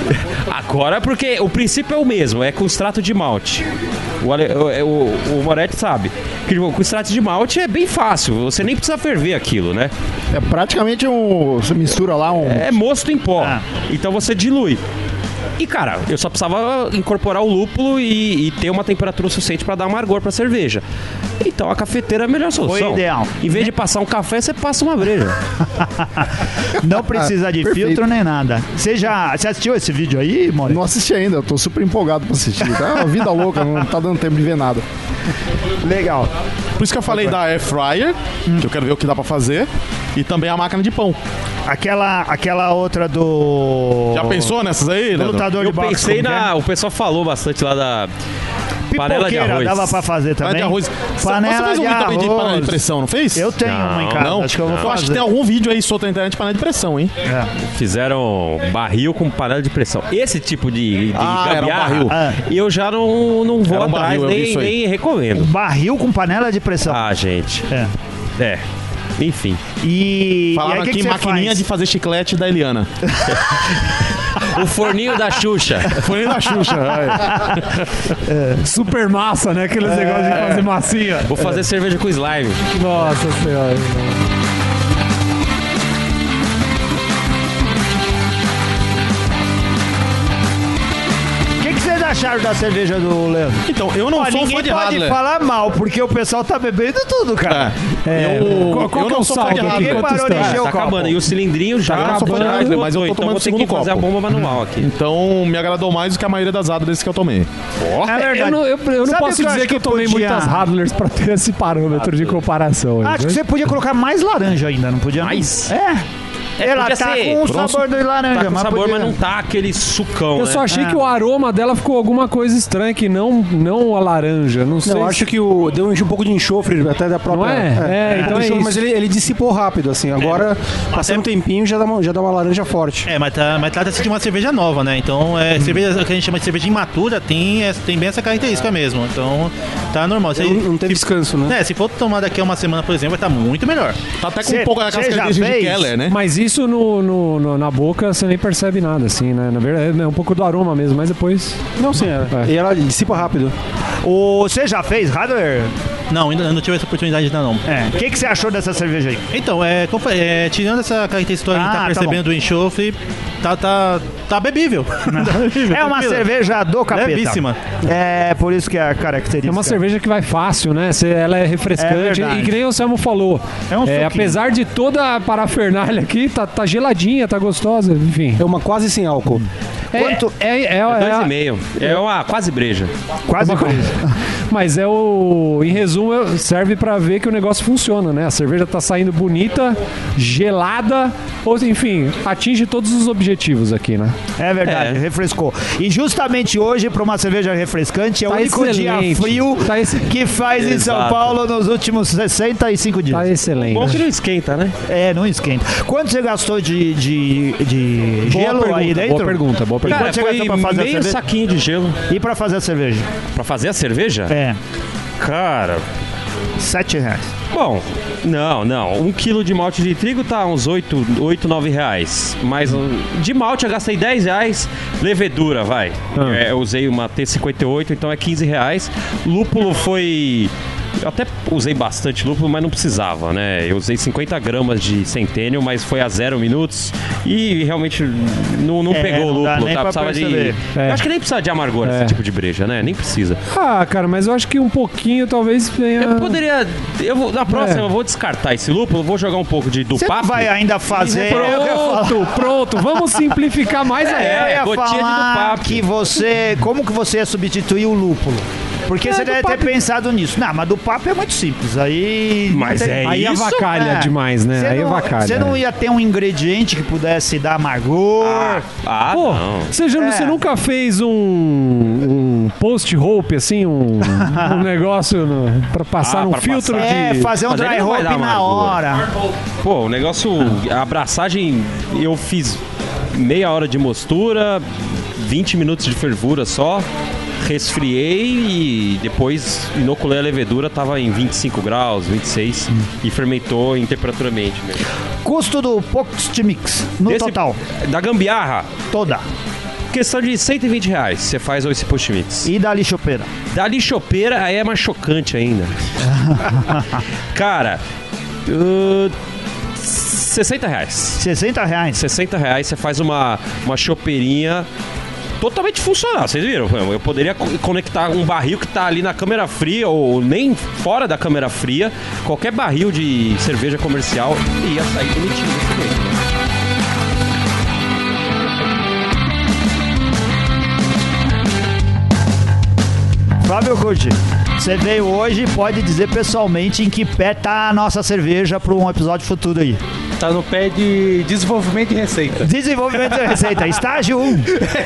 Speaker 4: Agora, porque o princípio é o mesmo, é com extrato de malte. O, Ale- o, o- o Moretti sabe. Que tipo, com extrato de malte é bem fácil, você nem precisa ferver aquilo, né?
Speaker 6: É praticamente um. Você mistura lá um.
Speaker 4: É mosto em pó. Então você dilui. E cara, eu só precisava incorporar o lúpulo e, e ter uma temperatura suficiente para dar um amargor para cerveja. Então a cafeteira é a melhor solução.
Speaker 1: ideal.
Speaker 4: Em vez de passar um café, você passa uma breja.
Speaker 1: Não precisa de
Speaker 6: Perfeito.
Speaker 1: filtro nem nada. Você já você assistiu esse vídeo aí, More?
Speaker 6: Não assisti ainda, eu tô super empolgado pra assistir. Tá uma vida louca, não tá dando tempo de ver nada.
Speaker 1: Legal.
Speaker 2: Por isso que eu falei da Air Fryer,
Speaker 1: Hum.
Speaker 2: que eu quero ver o que dá pra fazer. E também a máquina de pão.
Speaker 1: Aquela, aquela outra do.
Speaker 2: Já pensou nessas aí,
Speaker 1: tá Do
Speaker 2: Leandro?
Speaker 1: lutador
Speaker 4: Eu
Speaker 1: de boxe.
Speaker 4: pensei
Speaker 1: como que é?
Speaker 4: na. O pessoal falou bastante lá da. panela de
Speaker 1: Pipoqueira
Speaker 4: arroz.
Speaker 1: dava pra fazer também.
Speaker 2: Panela de arroz. Você
Speaker 1: Panela
Speaker 2: fez um
Speaker 1: de
Speaker 2: vídeo também de panela de
Speaker 1: arroz.
Speaker 2: pressão, não fez?
Speaker 1: Eu tenho uma em casa,
Speaker 2: Não?
Speaker 1: acho que eu vou fazer.
Speaker 2: acho que tem algum vídeo aí solto na internet de panela de pressão, hein?
Speaker 4: Fizeram barril com panela de pressão. Esse tipo de, de
Speaker 2: Ah, era um
Speaker 4: gambiarra,
Speaker 2: barril.
Speaker 1: Ah.
Speaker 4: eu já não, não vou
Speaker 2: Era um
Speaker 4: atrás,
Speaker 2: barril, eu vi
Speaker 4: nem,
Speaker 2: isso aí.
Speaker 4: nem recomendo.
Speaker 1: Barril com panela de pressão.
Speaker 4: Ah, gente.
Speaker 1: É.
Speaker 4: É. Enfim.
Speaker 1: E, e aí
Speaker 2: Falaram
Speaker 1: o que,
Speaker 2: aqui
Speaker 1: que você
Speaker 2: maquininha
Speaker 1: faz?
Speaker 2: de fazer chiclete da Eliana.
Speaker 4: O forninho da Xuxa.
Speaker 2: Foi da Xuxa. é.
Speaker 5: É. Super massa, né? Aqueles negócios de fazer massinha.
Speaker 4: Vou fazer cerveja com slime.
Speaker 5: Nossa senhora.
Speaker 1: O que, que vocês acharam da cerveja do Leandro?
Speaker 2: Então, eu não
Speaker 1: Ó,
Speaker 2: sou um fã
Speaker 1: ninguém
Speaker 2: de
Speaker 1: pode
Speaker 2: Radler.
Speaker 1: falar mal, porque o pessoal tá bebendo tudo, cara.
Speaker 2: É. eu
Speaker 5: qual- qual
Speaker 2: eu
Speaker 5: que é
Speaker 2: não
Speaker 5: o
Speaker 2: sou fã de
Speaker 5: saldo aqui?
Speaker 2: Radler.
Speaker 1: Ninguém parou de
Speaker 5: Quantos
Speaker 1: encher
Speaker 4: tá
Speaker 1: o copo.
Speaker 4: acabando. E o cilindrinho já.
Speaker 2: Tá, eu sou fã de
Speaker 4: acabando.
Speaker 2: Radler, mas eu tô
Speaker 4: Então
Speaker 2: tomando
Speaker 4: vou ter
Speaker 2: segundo
Speaker 4: que fazer a
Speaker 2: copo.
Speaker 4: bomba manual aqui.
Speaker 2: Então, me agradou mais do que a maioria das Adlers que eu tomei.
Speaker 1: É verdade.
Speaker 5: Eu não, eu- eu não
Speaker 1: Sabe o
Speaker 5: posso
Speaker 1: que eu acho
Speaker 5: dizer que eu tomei
Speaker 1: podia- Ah,
Speaker 5: muitas Radlers pra ter esse parâmetro de comparação. aí,
Speaker 1: Acho que
Speaker 5: né?
Speaker 1: você podia colocar mais laranja ainda, não podia? não?
Speaker 4: Mais?
Speaker 1: É. Ela
Speaker 4: podia
Speaker 1: tá
Speaker 4: ser
Speaker 1: com o
Speaker 4: grosso,
Speaker 1: sabor do laranja,
Speaker 4: Tá com
Speaker 1: mas
Speaker 4: sabor,
Speaker 1: podia-
Speaker 4: mas não tá aquele sucão,
Speaker 5: Eu
Speaker 4: né?
Speaker 5: só achei que o aroma dela ficou alguma coisa estranha que não, não a laranja. Não sei.
Speaker 7: Não, eu
Speaker 5: se-
Speaker 7: acho que o, deu um enche- um pouco de enxofre até da própria.
Speaker 5: Não é? É, então é isso.
Speaker 7: Mas ele, ele dissipou rápido, assim. Agora, passando um tempinho, já dá, uma, já dá uma laranja forte.
Speaker 8: É, mas, tá, mas trata-se de uma cerveja nova, né? Então, é, cerveja que a gente chama de cerveja imatura tem, essa- tem bem essa característica mesmo. Então, tá normal. Se,
Speaker 7: Não, não teve descanso, né?
Speaker 8: né, se for tomar daqui a uma semana, por exemplo, vai estar muito melhor.
Speaker 2: Tá até com
Speaker 1: Cê-
Speaker 2: um pouco daquelas
Speaker 1: cê já
Speaker 2: características de
Speaker 1: fez?
Speaker 2: Keller, né?
Speaker 5: Mas isso no, no- no- na boca você nem percebe nada, assim, né? Na verdade, é um pouco do aroma mesmo, mas depois.
Speaker 7: Não, sim, é. E ela dissipa rápido.
Speaker 1: O- Você já fez, Radler?
Speaker 8: Não, ainda não tive essa oportunidade ainda não.
Speaker 1: É. O que, que você achou dessa cerveja aí?
Speaker 8: Então, é, como eu falei, é, tirando essa característica que a gente
Speaker 1: Ah,
Speaker 8: tá
Speaker 1: tá
Speaker 8: percebendo
Speaker 1: bom.
Speaker 8: do enxofre, tá, tá, tá bebível.
Speaker 1: É uma cerveja do capeta.
Speaker 8: Levíssima.
Speaker 1: É, por isso que é a característica.
Speaker 5: É uma cerveja que vai fácil, né? Cê- ela é refrescante.
Speaker 1: É verdade.
Speaker 5: e que nem o Samu falou.
Speaker 1: É um suquinho.
Speaker 5: apesar de toda a parafernália aqui, tá, tá geladinha, tá gostosa, enfim.
Speaker 7: É uma quase sem álcool.
Speaker 5: É,
Speaker 1: Quanto-
Speaker 5: É, é, é,
Speaker 4: Dois e meio. É uma quase breja.
Speaker 1: Quase por isso.
Speaker 5: Mas é o. Em resumo, é- serve pra ver que o negócio funciona, né? A cerveja tá saindo bonita, gelada, ou enfim, atinge todos os objetivos aqui, né?
Speaker 1: É verdade,
Speaker 4: É.
Speaker 1: refrescou. E justamente hoje, para uma cerveja refrescante, é o
Speaker 5: Tá
Speaker 1: único dia
Speaker 5: excelente.
Speaker 1: frio
Speaker 5: Tá ex-
Speaker 1: que faz em São
Speaker 4: Exato.
Speaker 1: Paulo nos últimos 65 dias.
Speaker 5: Tá excelente.
Speaker 4: Bom que não esquenta, né?
Speaker 1: É, não esquenta. Quanto você gastou de, de, de gelo aí dentro?
Speaker 5: boa pergunta, boa pergunta.
Speaker 4: Cara,
Speaker 1: quanto você
Speaker 4: foi
Speaker 1: gastou pra fazer a
Speaker 4: meio
Speaker 1: cerveja?
Speaker 4: saquinho de gelo.
Speaker 1: E para fazer a cerveja?
Speaker 4: Pra fazer a cerveja?
Speaker 1: É,
Speaker 4: Cara,
Speaker 1: 7 reais.
Speaker 4: bom, não, não. Um quilo de malte de trigo tá uns 8, 8 9 reais. Mas
Speaker 1: Uhum.
Speaker 4: um- de malte eu gastei 10 reais. Levedura, vai.
Speaker 1: Uhum.
Speaker 4: É, eu usei uma T58, então é 15 reais. Lúpulo foi... Eu até usei bastante lúpulo, mas não precisava, né? Eu usei 50 gramas de centênio, mas foi a zero minutos e realmente não, não
Speaker 1: É,
Speaker 4: pegou o
Speaker 1: não dá
Speaker 4: lúpulo,
Speaker 1: nem
Speaker 4: tá?
Speaker 1: pra
Speaker 4: Precisava de.
Speaker 1: perceber.
Speaker 5: É.
Speaker 4: Eu acho que nem precisa de amargor
Speaker 5: É.
Speaker 4: esse tipo de breja, né? Nem precisa.
Speaker 5: Ah, cara, mas eu acho que um pouquinho talvez venha.
Speaker 1: Ah.
Speaker 4: Eu poderia. Eu vou, na próxima eu vou descartar esse lúpulo, vou jogar um pouco de do
Speaker 1: É. Você não
Speaker 4: papo.
Speaker 1: vai ainda
Speaker 5: um
Speaker 1: fazer... Eu quero falar.
Speaker 5: Pronto, pronto. Vamos simplificar mais ainda.
Speaker 1: Eu
Speaker 4: É,
Speaker 1: ia
Speaker 4: gotinha de
Speaker 1: falar
Speaker 4: Dupac.
Speaker 1: que você... Como que você ia substituir o lúpulo?
Speaker 5: É,
Speaker 1: Porque você deve ter pensado nisso. Não, mas do papo é muito simples. Aí... não
Speaker 4: Mas
Speaker 1: tem-
Speaker 4: é
Speaker 5: Aí
Speaker 4: isso.
Speaker 5: avacalha
Speaker 1: É.
Speaker 5: demais, né?
Speaker 1: Você
Speaker 5: Aí
Speaker 1: não-
Speaker 5: avacalha.
Speaker 1: Você não ia ter um ingrediente que pudesse dar amargor?
Speaker 4: Ah,
Speaker 5: Pô,
Speaker 4: não.
Speaker 5: você, já,
Speaker 1: É.
Speaker 5: você nunca fez um, um post rope assim, um, um negócio no, pra passar
Speaker 4: Ah,
Speaker 5: um
Speaker 4: pra
Speaker 5: filtro
Speaker 4: passar.
Speaker 1: é,
Speaker 5: de.
Speaker 1: fazer um
Speaker 4: Mas aí
Speaker 1: dry
Speaker 4: não vai
Speaker 1: hop
Speaker 4: dar
Speaker 1: na
Speaker 4: amargor.
Speaker 1: hora.
Speaker 4: Pô, o negócio. A abraçagem eu fiz meia hora de mostura, 20 minutos de fervura só. Resfriei e depois inoculei a levedura, tava em 25 graus, 26, e fermentou em temperatura ambiente mesmo.
Speaker 1: Custo do Post Mix, no
Speaker 4: Desse-
Speaker 1: total,
Speaker 4: Da gambiarra,
Speaker 1: toda.
Speaker 4: questão de 120 reais, você faz esse post mix.
Speaker 1: E da lixopeira.
Speaker 4: Da lixopeira aí é mais chocante ainda. Cara, uh, 60 reais.
Speaker 1: 60 reais.
Speaker 4: 60 reais você faz uma, uma chopeirinha totalmente funcional. Vocês viram? Eu poderia co- conectar um barril que tá ali na câmera fria ou nem fora da câmera fria, qualquer barril de cerveja comercial e ia sair bonitinho. desse jeito.
Speaker 1: Fábio Curti, você veio hoje e pode dizer pessoalmente em que pé tá a nossa cerveja para um episódio futuro aí.
Speaker 3: Tá no pé de desenvolvimento de receita.
Speaker 1: Desenvolvimento da receita, estágio 1.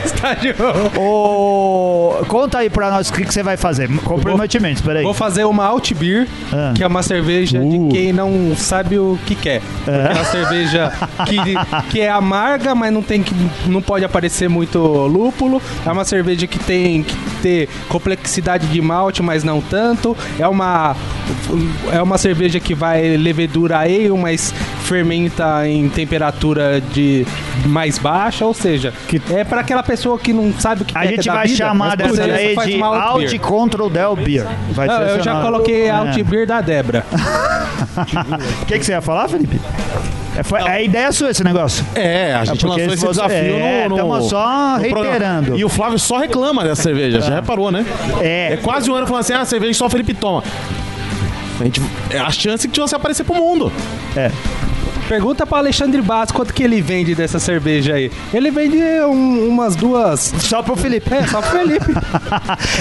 Speaker 3: Estágio.
Speaker 1: Ô, Conta aí para nós o que, que você vai fazer. Comprometimentos, peraí.
Speaker 3: Vou fazer uma alt beer,
Speaker 1: Ah.
Speaker 3: que é uma cerveja
Speaker 5: Uh.
Speaker 3: de quem não sabe o que quer. Porque É uma cerveja que, que é amarga, mas não tem que não pode aparecer muito lúpulo. É uma cerveja que tem que ter complexidade de malte, mas não tanto. É uma é uma cerveja que vai levedura ale, mas fermenta em temperatura de mais baixa, ou seja, é para aquela pessoa que não sabe o que
Speaker 1: A
Speaker 3: quer
Speaker 1: gente
Speaker 3: é, da
Speaker 1: vai
Speaker 3: vida,
Speaker 1: chamar
Speaker 3: mas por
Speaker 1: dessa
Speaker 3: isso
Speaker 1: daí
Speaker 3: faz
Speaker 1: de
Speaker 3: uma alt beer.
Speaker 1: Out Control Del Beer. Vai
Speaker 3: Não,
Speaker 1: ser
Speaker 3: eu
Speaker 1: esse
Speaker 3: já
Speaker 1: nome.
Speaker 3: coloquei a
Speaker 1: É.
Speaker 3: alt beer da Debra.
Speaker 1: O que, que você ia falar, Felipe? É, foi- é ideia sua esse negócio.
Speaker 2: É, a gente
Speaker 1: porque
Speaker 2: lançou
Speaker 1: se
Speaker 2: esse
Speaker 1: você-
Speaker 2: desafio
Speaker 1: é,
Speaker 2: no, no.
Speaker 1: tamo só
Speaker 2: no programa.
Speaker 1: reiterando.
Speaker 2: E o Flávio só reclama dessa cerveja, já reparou, né?
Speaker 1: É.
Speaker 2: É quase um ano falando assim: ah, cerveja só o Felipe toma. A gente, é a chance que você aparecer pro mundo.
Speaker 3: Pergunta pra Alexandre Bass quanto que ele vende dessa cerveja aí. Ele vende um- umas duas.
Speaker 1: Só pro Felipe.
Speaker 3: É, só pro Felipe.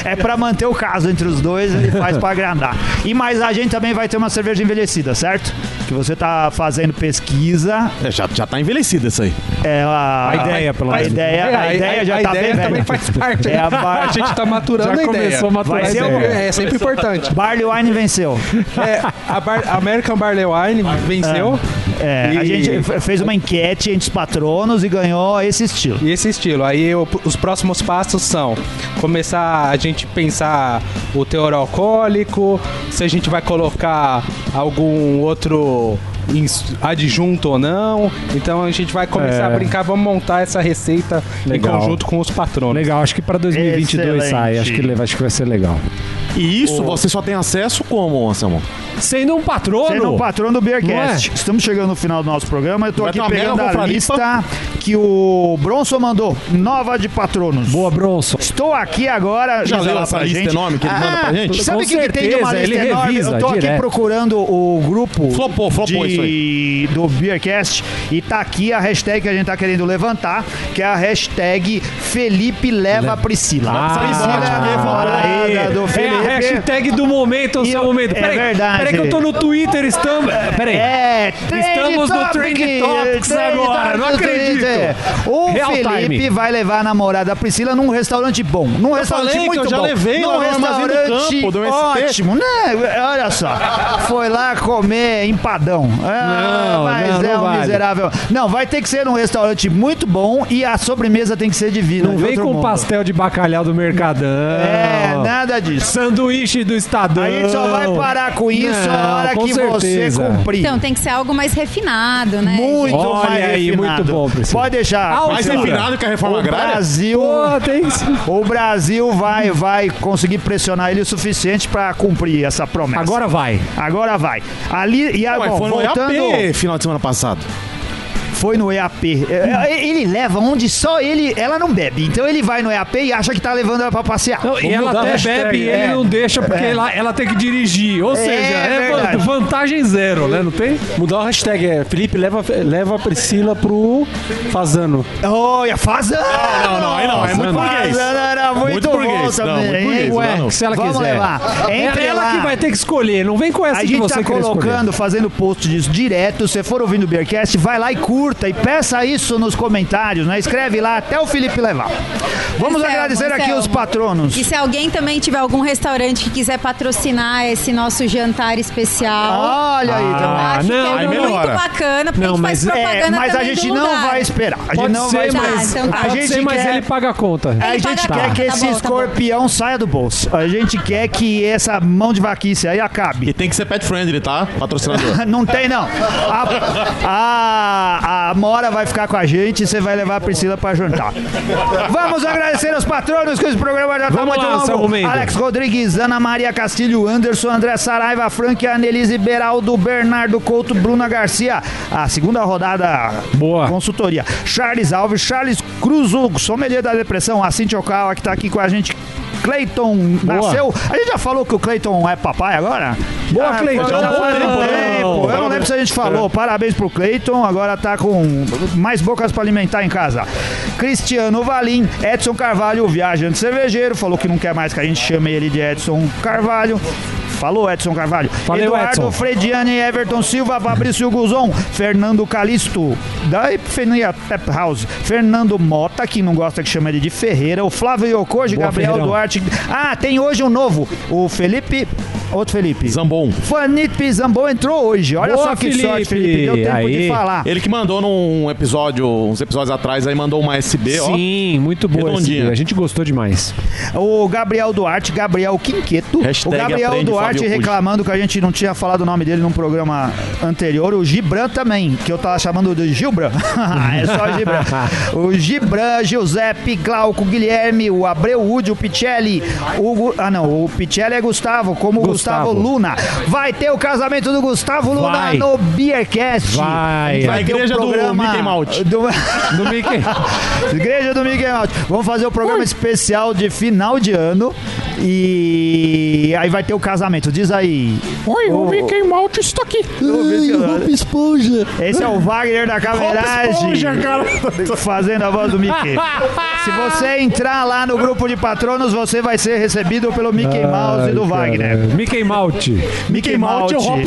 Speaker 1: É pra manter o caso entre os dois, ele faz pra agrandar. E mais a gente também vai ter uma cerveja envelhecida, certo? Que você tá fazendo pesquisa.
Speaker 2: É, já, já tá envelhecido isso aí.
Speaker 1: É a,
Speaker 5: A ideia, pelo
Speaker 1: a
Speaker 5: menos.
Speaker 1: ideia, a, ideia já
Speaker 3: É, a
Speaker 1: tá
Speaker 3: ideia
Speaker 1: bem
Speaker 3: também
Speaker 1: velha.
Speaker 3: faz parte.
Speaker 1: É a
Speaker 3: a
Speaker 1: barra.
Speaker 3: gente tá maturando
Speaker 5: Já
Speaker 3: a ideia.
Speaker 5: começou a maturar
Speaker 1: Vai
Speaker 5: a
Speaker 1: ser
Speaker 5: ideia.
Speaker 1: um-
Speaker 3: É sempre importante.
Speaker 1: Barley Wine venceu.
Speaker 3: É, a Bar- American Barley Wine venceu.
Speaker 1: É, A
Speaker 3: E-
Speaker 1: gente f- fez uma enquete entre os patronos e ganhou esse estilo.
Speaker 3: E esse estilo. Aí eu- os próximos passos são começar a gente pensar o teor alcoólico, se a gente vai colocar algum outro ins- adjunto ou não. Então a gente vai começar
Speaker 5: É.
Speaker 3: a brincar, vamos montar essa receita
Speaker 5: Legal.
Speaker 3: em conjunto com os patronos.
Speaker 5: Legal, acho que pra 2022 sai.
Speaker 1: Excelente.
Speaker 5: Acho que, le- acho que vai ser legal.
Speaker 2: E isso você só tem acesso como, Anselmo?
Speaker 5: Sendo um patrono.
Speaker 1: Sendo o patrão do Beercast.
Speaker 5: Não é?
Speaker 1: Estamos chegando no final do nosso programa. Eu tô
Speaker 2: Vai ter
Speaker 1: aqui
Speaker 2: uma
Speaker 1: pegando
Speaker 2: mega
Speaker 1: a
Speaker 2: confraria.
Speaker 1: lista que o Bronson mandou. Nova de patronos.
Speaker 5: Boa, Bronson.
Speaker 1: Estou aqui agora.
Speaker 2: Já
Speaker 1: Isa,
Speaker 2: leu
Speaker 1: lá
Speaker 2: essa
Speaker 1: pra
Speaker 2: lista
Speaker 1: gente. Ah,
Speaker 2: enorme que ele manda pra gente?
Speaker 1: Sabe
Speaker 5: Com
Speaker 1: o que, que tem de uma
Speaker 5: certeza,
Speaker 1: lista
Speaker 5: ele
Speaker 1: enorme?
Speaker 5: revisa
Speaker 1: Eu tô aqui
Speaker 5: direto.
Speaker 1: procurando o grupo
Speaker 2: Flopou, flopou isso
Speaker 1: de, do Beercast e tá aqui a hashtag que a gente tá querendo levantar, que é a hashtag Felipe Leva Priscila.
Speaker 5: Ah,
Speaker 2: é
Speaker 1: Priscila, do
Speaker 5: É a
Speaker 1: Felipe.
Speaker 5: hashtag do momento, o
Speaker 1: E
Speaker 5: seu
Speaker 1: eu-
Speaker 5: momento.
Speaker 1: é
Speaker 5: Peraí,
Speaker 1: verdade.
Speaker 5: peraí que eu tô no Twitter, estamos... Peraí.
Speaker 1: É,
Speaker 5: Estamos no Trend Topics agora, não acredito.
Speaker 1: O
Speaker 5: Real
Speaker 1: Felipe
Speaker 5: time.
Speaker 1: vai levar a namorada Priscila num restaurante bom. Num restaurante
Speaker 2: falei que
Speaker 1: muito
Speaker 2: eu já
Speaker 1: bom.
Speaker 2: levei
Speaker 1: num
Speaker 2: lá no Armazém do
Speaker 1: restaurante
Speaker 2: Campo, do ST.
Speaker 1: ótimo, né? Olha só. Foi lá comer empadão. Ah,
Speaker 5: Não,
Speaker 1: mas
Speaker 5: não,
Speaker 1: é
Speaker 5: não
Speaker 1: um
Speaker 5: vale.
Speaker 1: miserável. Não, vai ter que ser num restaurante muito bom e a sobremesa tem que ser divina.
Speaker 5: Não
Speaker 1: de
Speaker 5: vem
Speaker 1: outro
Speaker 5: com
Speaker 1: mundo.
Speaker 5: pastel de bacalhau do Mercadão.
Speaker 1: É,
Speaker 5: né?
Speaker 1: nada disso.
Speaker 5: Sanduíche do Estadão.
Speaker 1: A gente só vai parar com isso
Speaker 5: Não,
Speaker 1: na hora
Speaker 5: com
Speaker 1: que
Speaker 5: certeza.
Speaker 1: você cumprir.
Speaker 10: Então, tem que ser algo mais refinado, né?
Speaker 1: Muito
Speaker 5: Olha
Speaker 1: mais
Speaker 5: aí,
Speaker 1: refinado.
Speaker 5: muito bom, Priscila.
Speaker 1: Pode deixar.
Speaker 5: Ah, o
Speaker 2: Mais
Speaker 5: Olha.
Speaker 2: refinado que a reforma
Speaker 1: o
Speaker 2: agrária?
Speaker 1: Brasil,
Speaker 5: Pô, tem isso.
Speaker 1: o Brasil vai, vai conseguir pressionar ele o suficiente para cumprir essa promessa.
Speaker 5: Agora vai.
Speaker 1: Agora vai. Ali e
Speaker 2: Ué,
Speaker 1: agora
Speaker 2: foi no
Speaker 1: voltando,
Speaker 2: EAP final de semana passado.
Speaker 1: foi no EAP. É, é, Ele leva onde só ele, ela não bebe. Então ele vai no EAP e acha que tá levando ela para passear.
Speaker 5: Não, e
Speaker 1: Vamos
Speaker 5: ela
Speaker 1: mudar a
Speaker 5: até
Speaker 1: hashtag,
Speaker 5: bebe e
Speaker 1: é.
Speaker 5: ele não deixa porque ela, ela tem que dirigir. Ou seja, é van-
Speaker 1: verdade.
Speaker 5: vantagem zero, né? Não tem?
Speaker 7: Mudar o hashtag é Felipe leva, leva a Priscila pro Fazano.
Speaker 1: Olha, Fazano!
Speaker 2: Não, não, aí não, é muito burguês.
Speaker 1: Fazano era muito,
Speaker 2: Muito
Speaker 1: bom
Speaker 2: burguês, não,
Speaker 1: também.
Speaker 2: muito
Speaker 1: hein?
Speaker 2: burguês,
Speaker 1: Ué,
Speaker 2: lá não.
Speaker 5: Se ela
Speaker 1: Vamos
Speaker 5: quiser.
Speaker 1: levar.
Speaker 5: é
Speaker 1: Entre
Speaker 5: ela
Speaker 1: lá.
Speaker 5: que vai ter É assim que escolher. Não vem com essa
Speaker 1: A
Speaker 5: de
Speaker 1: gente
Speaker 5: você
Speaker 1: tá
Speaker 5: querer escolher.
Speaker 1: colocando, fazendo post disso direto. Se você for ouvindo o Beercast, vai lá e curta e peça isso nos comentários, né? Escreve lá até o Felipe levar. Vamos
Speaker 10: Anselmo,
Speaker 1: agradecer aqui
Speaker 10: Anselmo.
Speaker 1: os patronos.
Speaker 10: é E se alguém também tiver algum restaurante que quiser patrocinar esse nosso jantar especial,
Speaker 1: Olha aí, tá também.
Speaker 10: acho
Speaker 5: não,
Speaker 10: que
Speaker 2: aí
Speaker 10: é muito
Speaker 2: melhora.
Speaker 10: bacana, porque
Speaker 5: Não,
Speaker 10: a gente
Speaker 5: mas-
Speaker 10: faz propaganda
Speaker 1: É, mas a
Speaker 10: também
Speaker 1: gente
Speaker 10: do
Speaker 1: não
Speaker 10: lugar.
Speaker 1: vai esperar. A gente
Speaker 5: Pode
Speaker 1: não
Speaker 5: ser,
Speaker 1: vai esperar.
Speaker 5: mas,
Speaker 10: Tá, então tá.
Speaker 5: Ah, pode
Speaker 1: A gente
Speaker 5: ser, é mas
Speaker 1: quer-
Speaker 5: ele paga a conta.
Speaker 1: A
Speaker 10: Ele
Speaker 1: gente
Speaker 10: paga
Speaker 1: quer
Speaker 10: caro.
Speaker 1: que
Speaker 10: Tá
Speaker 1: esse
Speaker 10: bom, tá bom.
Speaker 1: escorpião saia do bolso. A gente quer que essa mão de vaquice aí acabe.
Speaker 2: E tem que ser pet friendly, tá? Patrocinador.
Speaker 1: Não tem, não. A, a, a Mora vai ficar com a gente e você vai levar a Priscila pra jantar. Vamos agradecer aos patronos que esse programa já tá
Speaker 5: Vamos
Speaker 1: muito
Speaker 5: lá, seu
Speaker 1: longo.
Speaker 5: momento.
Speaker 1: Alex Rodrigues, Ana Maria Castilho, Anderson, André Saraiva, Frank, Anelise Beraldo, Bernardo Couto, Bruna Garcia. A segunda rodada
Speaker 5: Boa.
Speaker 1: consultoria. Charles Alves, Charles Cruz, o sommelier da depressão, a Cintia Okawa que tá aqui com a gente. Cleiton nasceu. A gente já falou que o Cleiton é papai agora?
Speaker 5: Boa,
Speaker 1: Ah,
Speaker 5: Cleiton.
Speaker 1: já há um bom tempo. Eu não lembro se a gente
Speaker 5: É.
Speaker 1: falou. Parabéns pro Cleiton. Agora tá com mais bocas pra alimentar em casa. Cristiano Valim, Edson Carvalho, o viajante cervejeiro, falou que não quer mais que a gente chame ele de Edson Carvalho. Falou, Edson Carvalho.
Speaker 5: Valeu,
Speaker 1: Eduardo
Speaker 5: Edson.
Speaker 1: Frediani, Everton Silva, Fabrício Guzon, Fernando Calisto, da Epifania Pep House, Fernando Mota, que não gosta que chama ele de Ferreira, o Flávio Yokoji,
Speaker 5: Boa,
Speaker 1: Gabriel
Speaker 5: Ferreirão.
Speaker 1: Duarte. Ah, tem hoje um novo, o Felipe. Outro Felipe.
Speaker 2: Zambon.
Speaker 1: Felipe Zambon entrou hoje. Olha
Speaker 5: Boa,
Speaker 1: só que
Speaker 5: Felipe.
Speaker 1: sorte, Felipe. Deu tempo de
Speaker 5: Aí.
Speaker 1: falar.
Speaker 2: Ele que mandou num episódio, uns episódios atrás, aí mandou uma SB, ó.
Speaker 5: Sim, muito boa. esse
Speaker 2: Redondinha.
Speaker 5: dia. A gente gostou demais.
Speaker 1: O Gabriel Duarte, Gabriel Quinqueto.
Speaker 2: Hashtag
Speaker 1: o Gabriel
Speaker 2: aprende,
Speaker 1: Duarte
Speaker 2: Fábio Cujo.
Speaker 1: reclamando que a gente não tinha falado o nome dele num programa anterior. O Gibran também, que eu tava chamando de Gilbran. é só Gibran. o Gibran, Giuseppe, Glauco, Guilherme, o Abreu Ude, o Picelli. O, Gu- ah, não. O Picelli é Gustavo, como o Gustavo.
Speaker 5: Gustavo.
Speaker 1: Luna. Vai ter o casamento do Gustavo Luna
Speaker 5: Vai.
Speaker 1: no Beercast.
Speaker 5: Vai.
Speaker 1: Vai
Speaker 2: Na
Speaker 1: ter o
Speaker 2: igreja do
Speaker 1: programa
Speaker 2: Mickey Mouse.
Speaker 1: do-
Speaker 5: Do Mickey.
Speaker 1: Igreja do Miguel Alto. Vamos fazer o programa especial de final de ano. E aí vai ter o casamento. Diz aí.
Speaker 7: Oi, o Mickey Malte está aqui.
Speaker 6: Esponja.
Speaker 1: né? Esse é o Wagner da Cameragem. Fazendo a voz do Mickey. Se você entrar lá no grupo de patronos, você vai ser recebido pelo Mickey Mouse e do Wagner.
Speaker 5: Mickey Malte.
Speaker 1: Mickey Mouse,
Speaker 5: Bob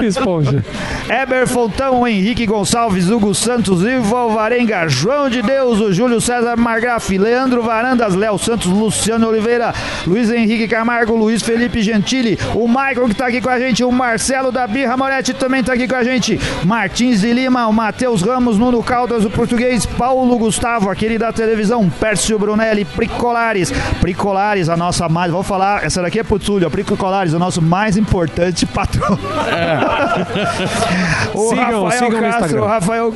Speaker 5: Esponja.
Speaker 1: Eber Fontão, Henrique Gonçalves, Hugo Santos, Ivo Alvarenga, João de Deus, o Júlio César Margraf, Leandro Varandas, Léo Santos, Luciano Oliveira, Luiz Henrique Camargo, Luiz Felipe Gentili, o Michael que tá aqui com a gente, o Marcelo da Birra Moretti também tá aqui com a gente, Martins de Lima, o Matheus Ramos, Nuno Caldas, o português, Paulo Gustavo, aquele da televisão, Pércio Brunelli, Pricolares, Pricolares, a nossa mais, vou falar, essa daqui é pro Túlio, a Pricolares, o nosso mais importante patrão. o
Speaker 5: Sigam-
Speaker 1: Rafael
Speaker 5: sigam no
Speaker 1: Castro,
Speaker 5: Instagram.
Speaker 1: Rafael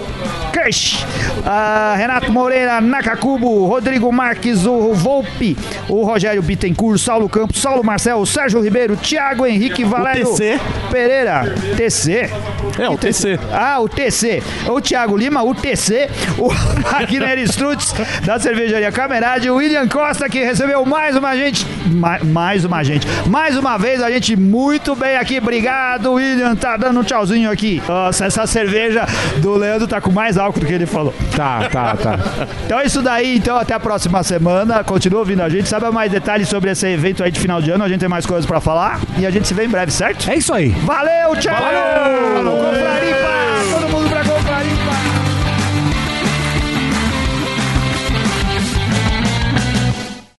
Speaker 1: Cash, ah, Renato Moreira, Nakakubo, Rodrigo Marques, o Volpe, o Rogério Bittencourt, Saulo Campos, Saulo Marcel, Sérgio Ribeiro, Thiago Henrique Valério
Speaker 2: TC.
Speaker 1: Pereira, TC.
Speaker 2: É, o TC.
Speaker 1: Ah, o TC. O Thiago Lima, o TC. O Wagner Strutz, da cervejaria Camerade. O William Costa, que recebeu mais uma gente. ma- mais uma gente. Mais uma vez, a gente muito bem aqui. Obrigado, William. Tá dando um tchauzinho aqui. Nossa, essa cerveja do Leandro tá com mais álcool do que ele falou.
Speaker 5: Tá, tá, tá.
Speaker 1: Então é isso daí, então até a próxima semana. Continua ouvindo a gente. Sabe mais detalhes sobre esse evento aí de final de ano? A gente tem mais coisas pra falar e a gente se vê em breve, certo?
Speaker 5: É isso aí.
Speaker 1: Valeu, tchau!